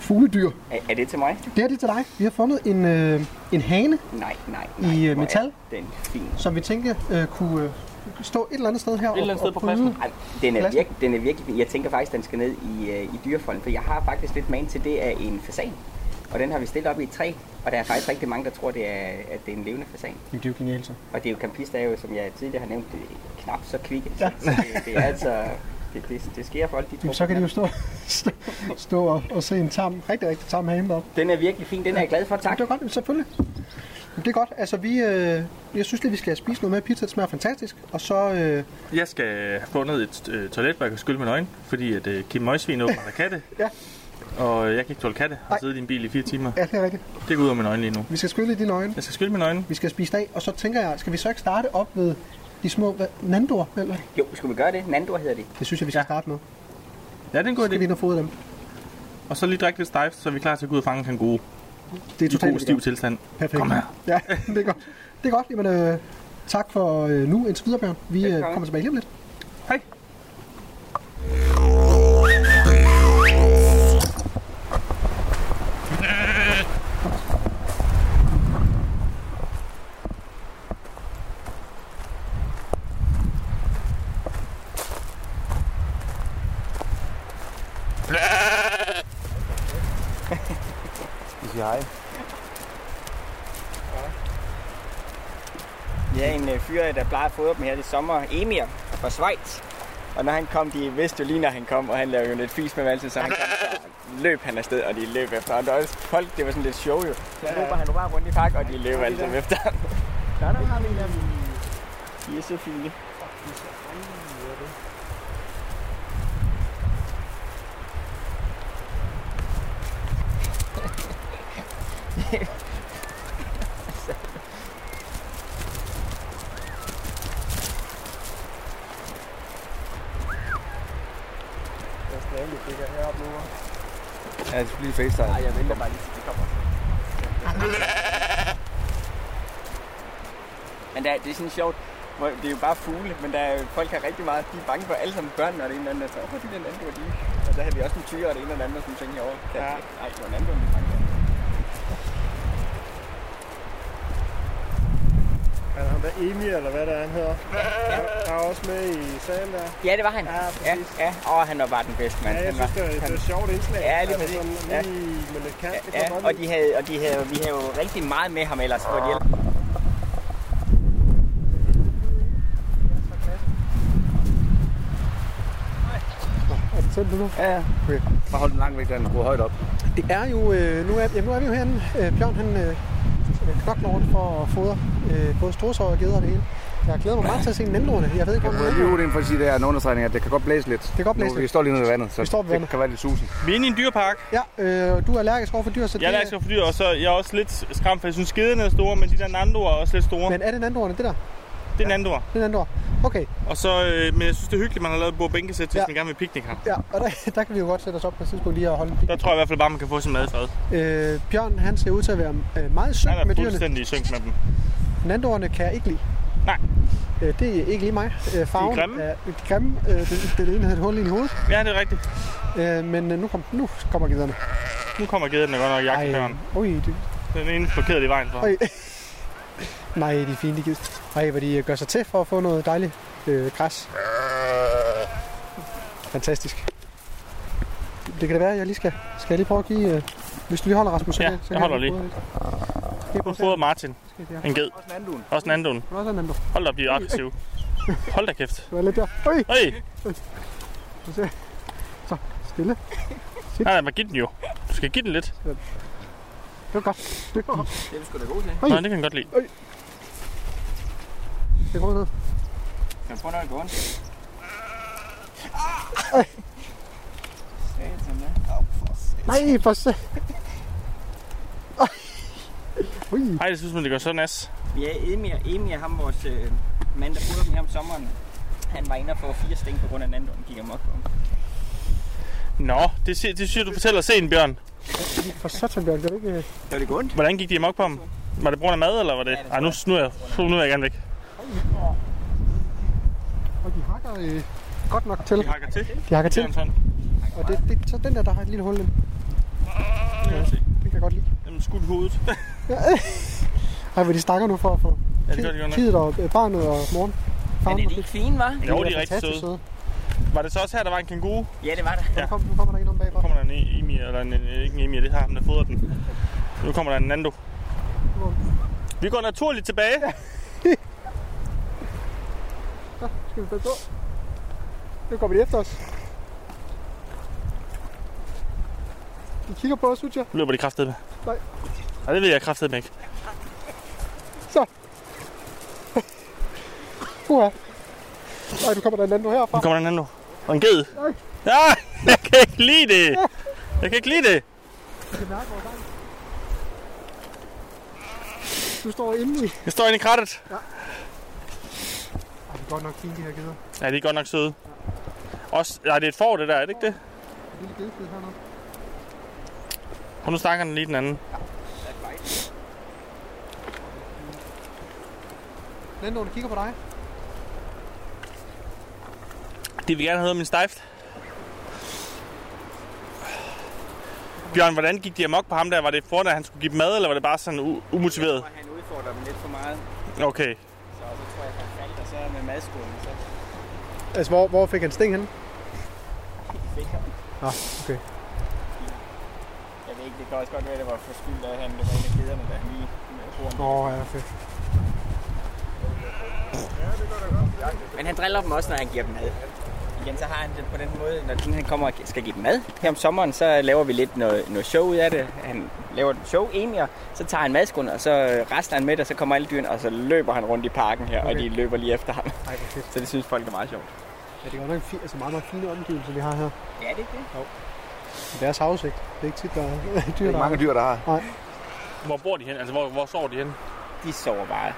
G: fugledyr.
K: Er, er det til mig?
G: Det er det til dig. Vi har fundet en, øh, en hane,
K: Nej, nej, nej.
G: I, øh,
K: Hvor er
G: metal?
K: Den fin.
G: som vi tænkte øh, kunne øh, stå et eller andet sted her. Et
A: eller andet sted på pladsen.
K: Ej, den er,
G: Pladsen?
K: virke, den er virkelig fin. Jeg tænker faktisk, den skal ned i, øh, i dyrefolden, for jeg har faktisk lidt man til det af en fasan. Og den har vi stillet op i et træ, og der er faktisk rigtig mange, der tror, det er, at det er en levende fasan.
G: Jamen, det er jo genialt så.
K: Og det er jo campister, er jo, som jeg tidligere har nævnt, det er knap så kvikke. Ja. Så det, det, er altså... Det, det, det sker folk, de tror.
G: Jamen, så kan de
K: den
G: jo
K: er.
G: stå, stå, stå og, og se en tam, rigtig, rigtig tam hane deroppe.
K: Den er virkelig fin, den er jeg glad for, tak.
G: Det er godt, selvfølgelig. Jamen, det er godt. Altså, vi, øh, jeg synes lige, vi skal spise noget med. Pizzaen smager fantastisk. Og så... Øh,
A: Jeg skal have fundet et øh, toilet, hvor jeg kan skylle mine øjne, fordi at øh, Kim Møgsvin åbner der katte.
G: Ja.
A: Og jeg kan ikke tåle katte og
G: Nej.
A: sidde i din bil i fire timer.
G: ja, det er rigtigt.
A: Det går ud af mine øjne lige nu.
G: Vi skal skylle i dine øjne.
A: Jeg skal skylle mine øjne.
G: Vi skal spise af. Og så tænker jeg, skal vi så ikke starte op ved de små hvad, nandoer? Eller?
K: Jo, skulle vi gøre det? Nando hedder det.
G: Det synes jeg, vi skal ja. starte med.
A: Ja, det er en god
G: Skal
A: idé.
G: vi ind og fodre dem?
A: Og så lige drikke lidt stejft, så er vi klar til at gå ud og fange en kanguru.
G: Det er
A: I god
G: totalt det, vi gør.
A: stiv tilstand.
G: Perfekt.
A: Kom her.
G: Ja, det er godt. Det er godt. Jamen, øh, tak for øh, nu indtil videre, Bjørn. Vi øh,
K: Velkommen.
G: kommer tilbage lige om lidt.
A: Hej.
C: Vi siger hej.
K: Vi er en øh, fyr, der plejer at fodre dem her det sommer, Emir fra Schweiz. Og når han kom, de vidste jo lige, når han kom, og han lavede jo lidt fis med dem altid, så han kom, så løb han afsted, og de løb efter. Og der var også folk, det var sådan lidt sjov jo. Så løber han jo bare rundt i parken, og de løb alle sammen efter ham. Der der har vi dem. De er så fine.
C: Ja, det skal lige facetime.
K: Nej, jeg venter bare lige, til de kommer. Men der, det er sådan sjovt, hvor det er jo bare fugle, men der, er jo- folk har rigtig meget, de er bange for alle sammen børn, når det er en eller anden, der tager, hvor de den anden, hvor de Og så havde vi også en tyre, og det ene eller andet, som tænkte over. Ja. Nej, det var en anden, der bange for.
D: Er der ham der Emil, eller hvad der er, han hedder? Han er også med i salen der.
K: Ja, det var han.
D: Ja,
K: ja,
D: præcis.
K: ja. Åh, han var bare den bedste, mand.
D: Ja, jeg
K: Han
D: synes,
K: var-
D: det var, det var
K: han-
D: et sjovt indslag.
K: Ja, lige
D: Altså,
K: præcis.
D: sådan Lige med lidt kant. Det
K: Ja,
D: kunne jeg
K: og
D: godt
K: de havde, og de havde, vi havde jo rigtig meget med ham ellers, hvor de ellers
C: Ja, ja. Okay. Bare hold den langt væk, den går højt op.
G: Det er jo, øh, nu, er, jamen, nu er vi jo herinde. Øh, Bjørn han øh, knokler rundt for at fodre øh, både strosår og geder og det hele. Jeg glæder mig meget til at se nandorene. Jeg ved ikke,
C: Jeg
G: hvor
C: må lige ud ind for at sige, det er en understregning, at det kan godt blæse lidt. Det
G: kan godt blæse
C: Vi
G: lidt.
C: står lige nede ved vandet, så
G: Vi står ved vandet.
C: det kan være lidt susen.
A: Vi er inde i en dyrepark.
G: Ja, øh, du er allergisk over for dyr, så
A: Jeg er
G: det,
A: allergisk over for dyr, og så jeg er også lidt skræmt, for jeg synes, skederne er store, men de der nandoer er også lidt store.
G: Men er det nandorene, det der?
A: Det er nandoer.
G: Det er nandor. Okay,
A: Og så, øh, men jeg synes, det er hyggeligt, man har lavet et bord bænkesæt til,
G: Ja.
A: hvis man gerne vil picnic her.
G: ja, og der, der kan vi jo godt sætte os op på et tidspunkt lige og holde en pik.
A: Der tror jeg i hvert fald bare, man kan få sin mad i fred.
G: Øh, Bjørn, han ser ud til at være øh, meget syg
A: Han
G: med
A: er
G: dyrene.
A: fuldstændig i synk med dem.
G: Nandoerne kan jeg ikke lide.
A: Nej.
G: Øh, det er ikke lige mig. Øh, farven
A: De er grimme.
G: Er, de er grimme. Øh, det, det, ene havde et hul ind i hovedet.
A: Ja, det er rigtigt.
G: Øh, men øh, nu, kom, nu kommer giderne.
A: Nu kommer gederne godt nok i jagtfæren.
G: Ui, det,
A: Den ene blokerede i vejen for.
G: Oj. Nej, de er fine, de gider. Nej, hvor de øh, gør sig til for at få noget dejligt øh, græs. Fantastisk. Det kan det være, jeg lige skal, skal jeg lige prøve at give... Øh, hvis du lige holder, Rasmus. så
A: Ja,
G: kan- så
A: jeg
G: kan
A: holder lige. Nu fodrer Martin en ged. Også en anden.
G: Hvad er den, du?
A: Hold da op, de er aggressive. Hold da kæft.
G: Du er lidt der. Øj,
A: Øj,
G: stille.
A: nej, nej, man giver den jo. Du skal give den lidt.
G: Det var godt. Det var
K: Det er du sgu da god til.
A: Nå, det kan jeg godt lide.
G: det går ned.
K: Kan du prøve noget at gå ondt?
G: Nej, for se. Ui,
A: Ej, det synes man, det gør så nas.
K: Vi er Emir, Emir ham vores øh, mand, der fodrer dem her om sommeren. Han var inde og få fire sting på grund af Nando, han gik amok på ham.
A: Nå, det, siger, det synes jeg, du fortæller sen, Bjørn.
G: for satan, Bjørn. Kan du ikke... øh,
K: Gør det ondt?
A: Hvordan gik de amok på ham? Var det på grund af mad, eller var det...
K: Ja, det tror
A: Ej, nu, nu, er jeg, nu er jeg gerne væk.
G: Og de hakker øh, godt nok til.
A: Vi hakker til.
G: De hakker til.
A: Bjørn sådan.
G: Og det, det, så den der, der har et lille hul ind. Den kan jeg godt lide.
A: Jamen, skudt i hovedet.
G: Ej, hvor de stakker nu for at få
A: Ja, det gør de godt nok.
G: kidet og øh, barnet og moren.
K: Men
G: Farven
K: er de ikke fine, hva'?
A: Jo, de er rigtig søde. Var det så også her, der var en kænguru?
K: Ja, det var det.
G: Ja. Nu, kom, nu kommer der en om bagfra.
A: Nu kommer der en Emir, eller en, ikke en Emir, det har ham, der fodrer den. Nu kommer der en Nando. Vi går naturligt tilbage.
G: Skal vi passe på? Nu kommer de efter os. De kigger på os, synes jeg.
A: Nu løber de kraftedeme.
G: Nej.
A: Nej, det ved jeg kraftedeme ikke.
G: Uha. Ej, nu kommer der en anden nu herfra.
A: Nu kommer der en anden nu. Og en ged.
G: Nej.
A: Ja, jeg kan ikke lide det. Jeg kan ikke lide det.
G: Du står inde i.
A: Jeg står inde i krattet.
G: Ej, det er godt nok fint, de her gider.
A: Ja, de er godt nok søde. Også, nej, det er et får, det der, er det ikke det?
G: En lille gedeskid hernede.
A: Og nu snakker den lige den anden.
G: Landoen kigger på dig.
A: De vil gerne have min stejft. Bjørn, hvordan gik de amok på ham der? Var det foran, at han skulle give dem mad, eller var det bare sådan u- umotiveret?
K: Og han udfordrer dem lidt for meget.
A: Okay.
K: Så, så tror jeg, at han faldt, og så med madskolen, så
G: Altså, hvor, hvor fik han sting hen?
K: fik han.
G: Nå, okay.
K: Jeg ved ikke, det kan også godt være, det var for skyld af han. Det var en af gederne, der han lige øh, bruger
G: Nå, ja, fedt.
K: Men han driller dem også, når han giver dem mad. Igen, så har han det på den måde, når Tina han kommer og skal give dem mad. Her om sommeren, så laver vi lidt noget, noget show ud af det. Han laver et show egentlig, og så tager han madskolen, og så øh, rasler han med det, og så kommer alle dyrene, og så løber han rundt i parken her, okay. og
G: Okay.
K: de løber lige efter ham.
G: Ej, hvor fedt.
K: Så det synes folk er meget sjovt.
G: Ja, det er godt nok fint, altså meget, meget fine omgivelser, vi har her.
K: Ja, det er det.
G: Deres havsigt. Det er ikke tit, der er dyr,
C: Det
G: der
C: er mange dyr, der har.
A: Hvor bor de hen? Altså, hvor, hvor sover de hen?
K: De sover bare.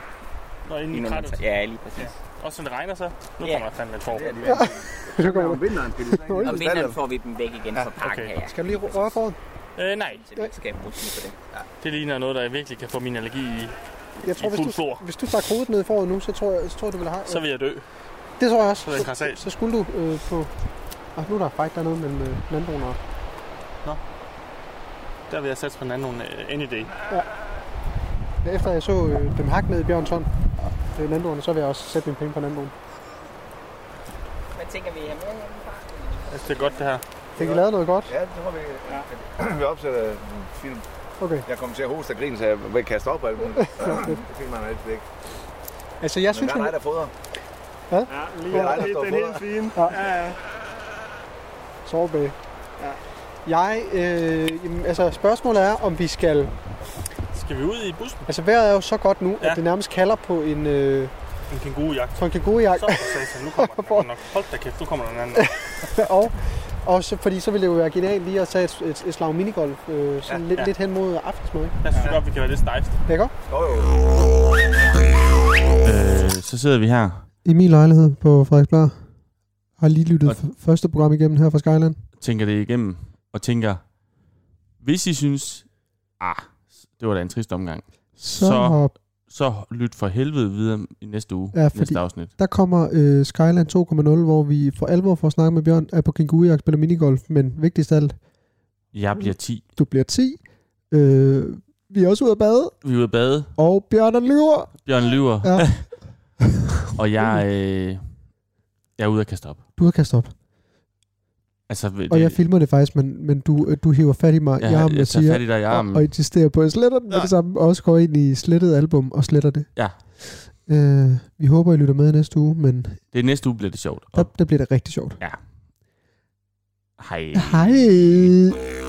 A: Når inde
K: i
A: i
K: nogle-
A: krattet.
K: Ja, lige præcis.
A: Også når det regner så. Nu
K: Ja.
A: kommer der fandme et får.
C: Det er de virkelig.
G: Så kommer
C: Om vinteren kan de så ikke
G: Oj.
K: Og
C: ud i stalden.
K: vinteren får vi dem væk igen fra parken
A: okay.
K: her, ja.
G: Skal vi lige rø- røre foran?
A: Øh, nej,
K: Så vi skal bruge tid på det.
A: det ligner noget, der virkelig kan få min allergi i.
G: Jeg tror,
A: I
G: hvis
A: fuld
G: du,
A: flor.
G: hvis du stak hovedet ned foran nu, så tror jeg, så tror jeg du ville have...
A: Så vil jeg dø.
G: det tror jeg også.
A: Så er det krasat.
G: så skulle du øh, på... Ah, nu er der fight dernede mellem øh, landbrugen og...
A: Der vil jeg satse på en anden øh, any day.
G: Ja, Efter jeg så øh, dem hakke ned i Bjørns hånd, øh, landbrugen, så vil jeg også sætte mine penge på landbrugen.
K: Hvad tænker vi her med?
A: Altså, det er godt det her.
G: Fik I lavet noget godt?
C: Ja, det tror vi. Vi opsætter en film.
G: Okay.
C: Jeg kom til at hoste og grine, så jeg vil kaste op på alt muligt. Det fik man altid ikke.
G: Altså, jeg
C: Men
G: synes,
C: der er dig, der
G: jeg,
C: fodrer.
D: Ja,
C: Det
D: lige
C: er dig, der
D: det
C: står
D: er den
C: for
D: helt fine.
G: Ja.
D: Ja, ja.
G: Sorbet. Jeg, øh, jamen, altså spørgsmålet er, om vi skal...
A: Skal vi ud i bussen?
G: Altså vejret er jo så godt nu, ja.
A: Ja.
G: at det nærmest kalder på en, øh,
A: En kængurujagt.
G: på en kængurujagt.
A: Så for satan, nu kommer der nok. Hold da kæft, nu kommer der en anden.
G: og, og så, fordi så ville det jo være genialt lige at tage et, et, et slag minigolf øh, sådan ja, lidt,
A: ja.
G: ja. lidt hen mod aftensmad. ikke?
A: Jeg synes godt, vi kan være lidt stejft.
G: Det er godt.
C: Jo,
A: Øh,
C: jo.
A: så sidder vi her.
F: I min lejlighed på Frederiksberg har lige lyttet f- første program igennem her fra Skyland.
A: Tænker det igennem. Og tænker, hvis I synes, ah, det var da en trist omgang.
F: Så,
A: Så-
F: så hop
E: så lyt for helvede videre i næste uge,
B: Ja,
E: ja,
B: fordi-
E: næste afsnit.
B: Der kommer øh, Skyland 2.0, hvor vi for alvor får snakket med Bjørn, er på kængurujagt, spiller minigolf, men vigtigst af alt,
E: Jeg bliver 10.
B: du bliver 10. Øh, vi er også ude at bade,
E: Vi er ude at bade.
B: og Bjørn er lyver.
E: Bjørn lyver.
B: Ja.
E: Ja. og jeg, øh, jeg er ude at kaste op.
B: Du har kastet op.
E: Altså, det,
B: Og jeg filmer det faktisk, men, men du, øh, du hiver fat i mig.
E: jeg,
B: Jeg, har
E: jeg, jeg tager fat
B: Mathias,
E: i dig i
B: og,
E: armen.
B: og insisterer på, at jeg sletter den med
E: Ja.
B: det samme, og også går ind i slettet album og sletter det.
E: Ja.
B: Øh, vi håber, I lytter med i næste uge, men
E: Det er næste uge bliver det sjovt.
B: der,
E: Og,
B: der bliver det rigtig sjovt.
E: hej.
B: Hej!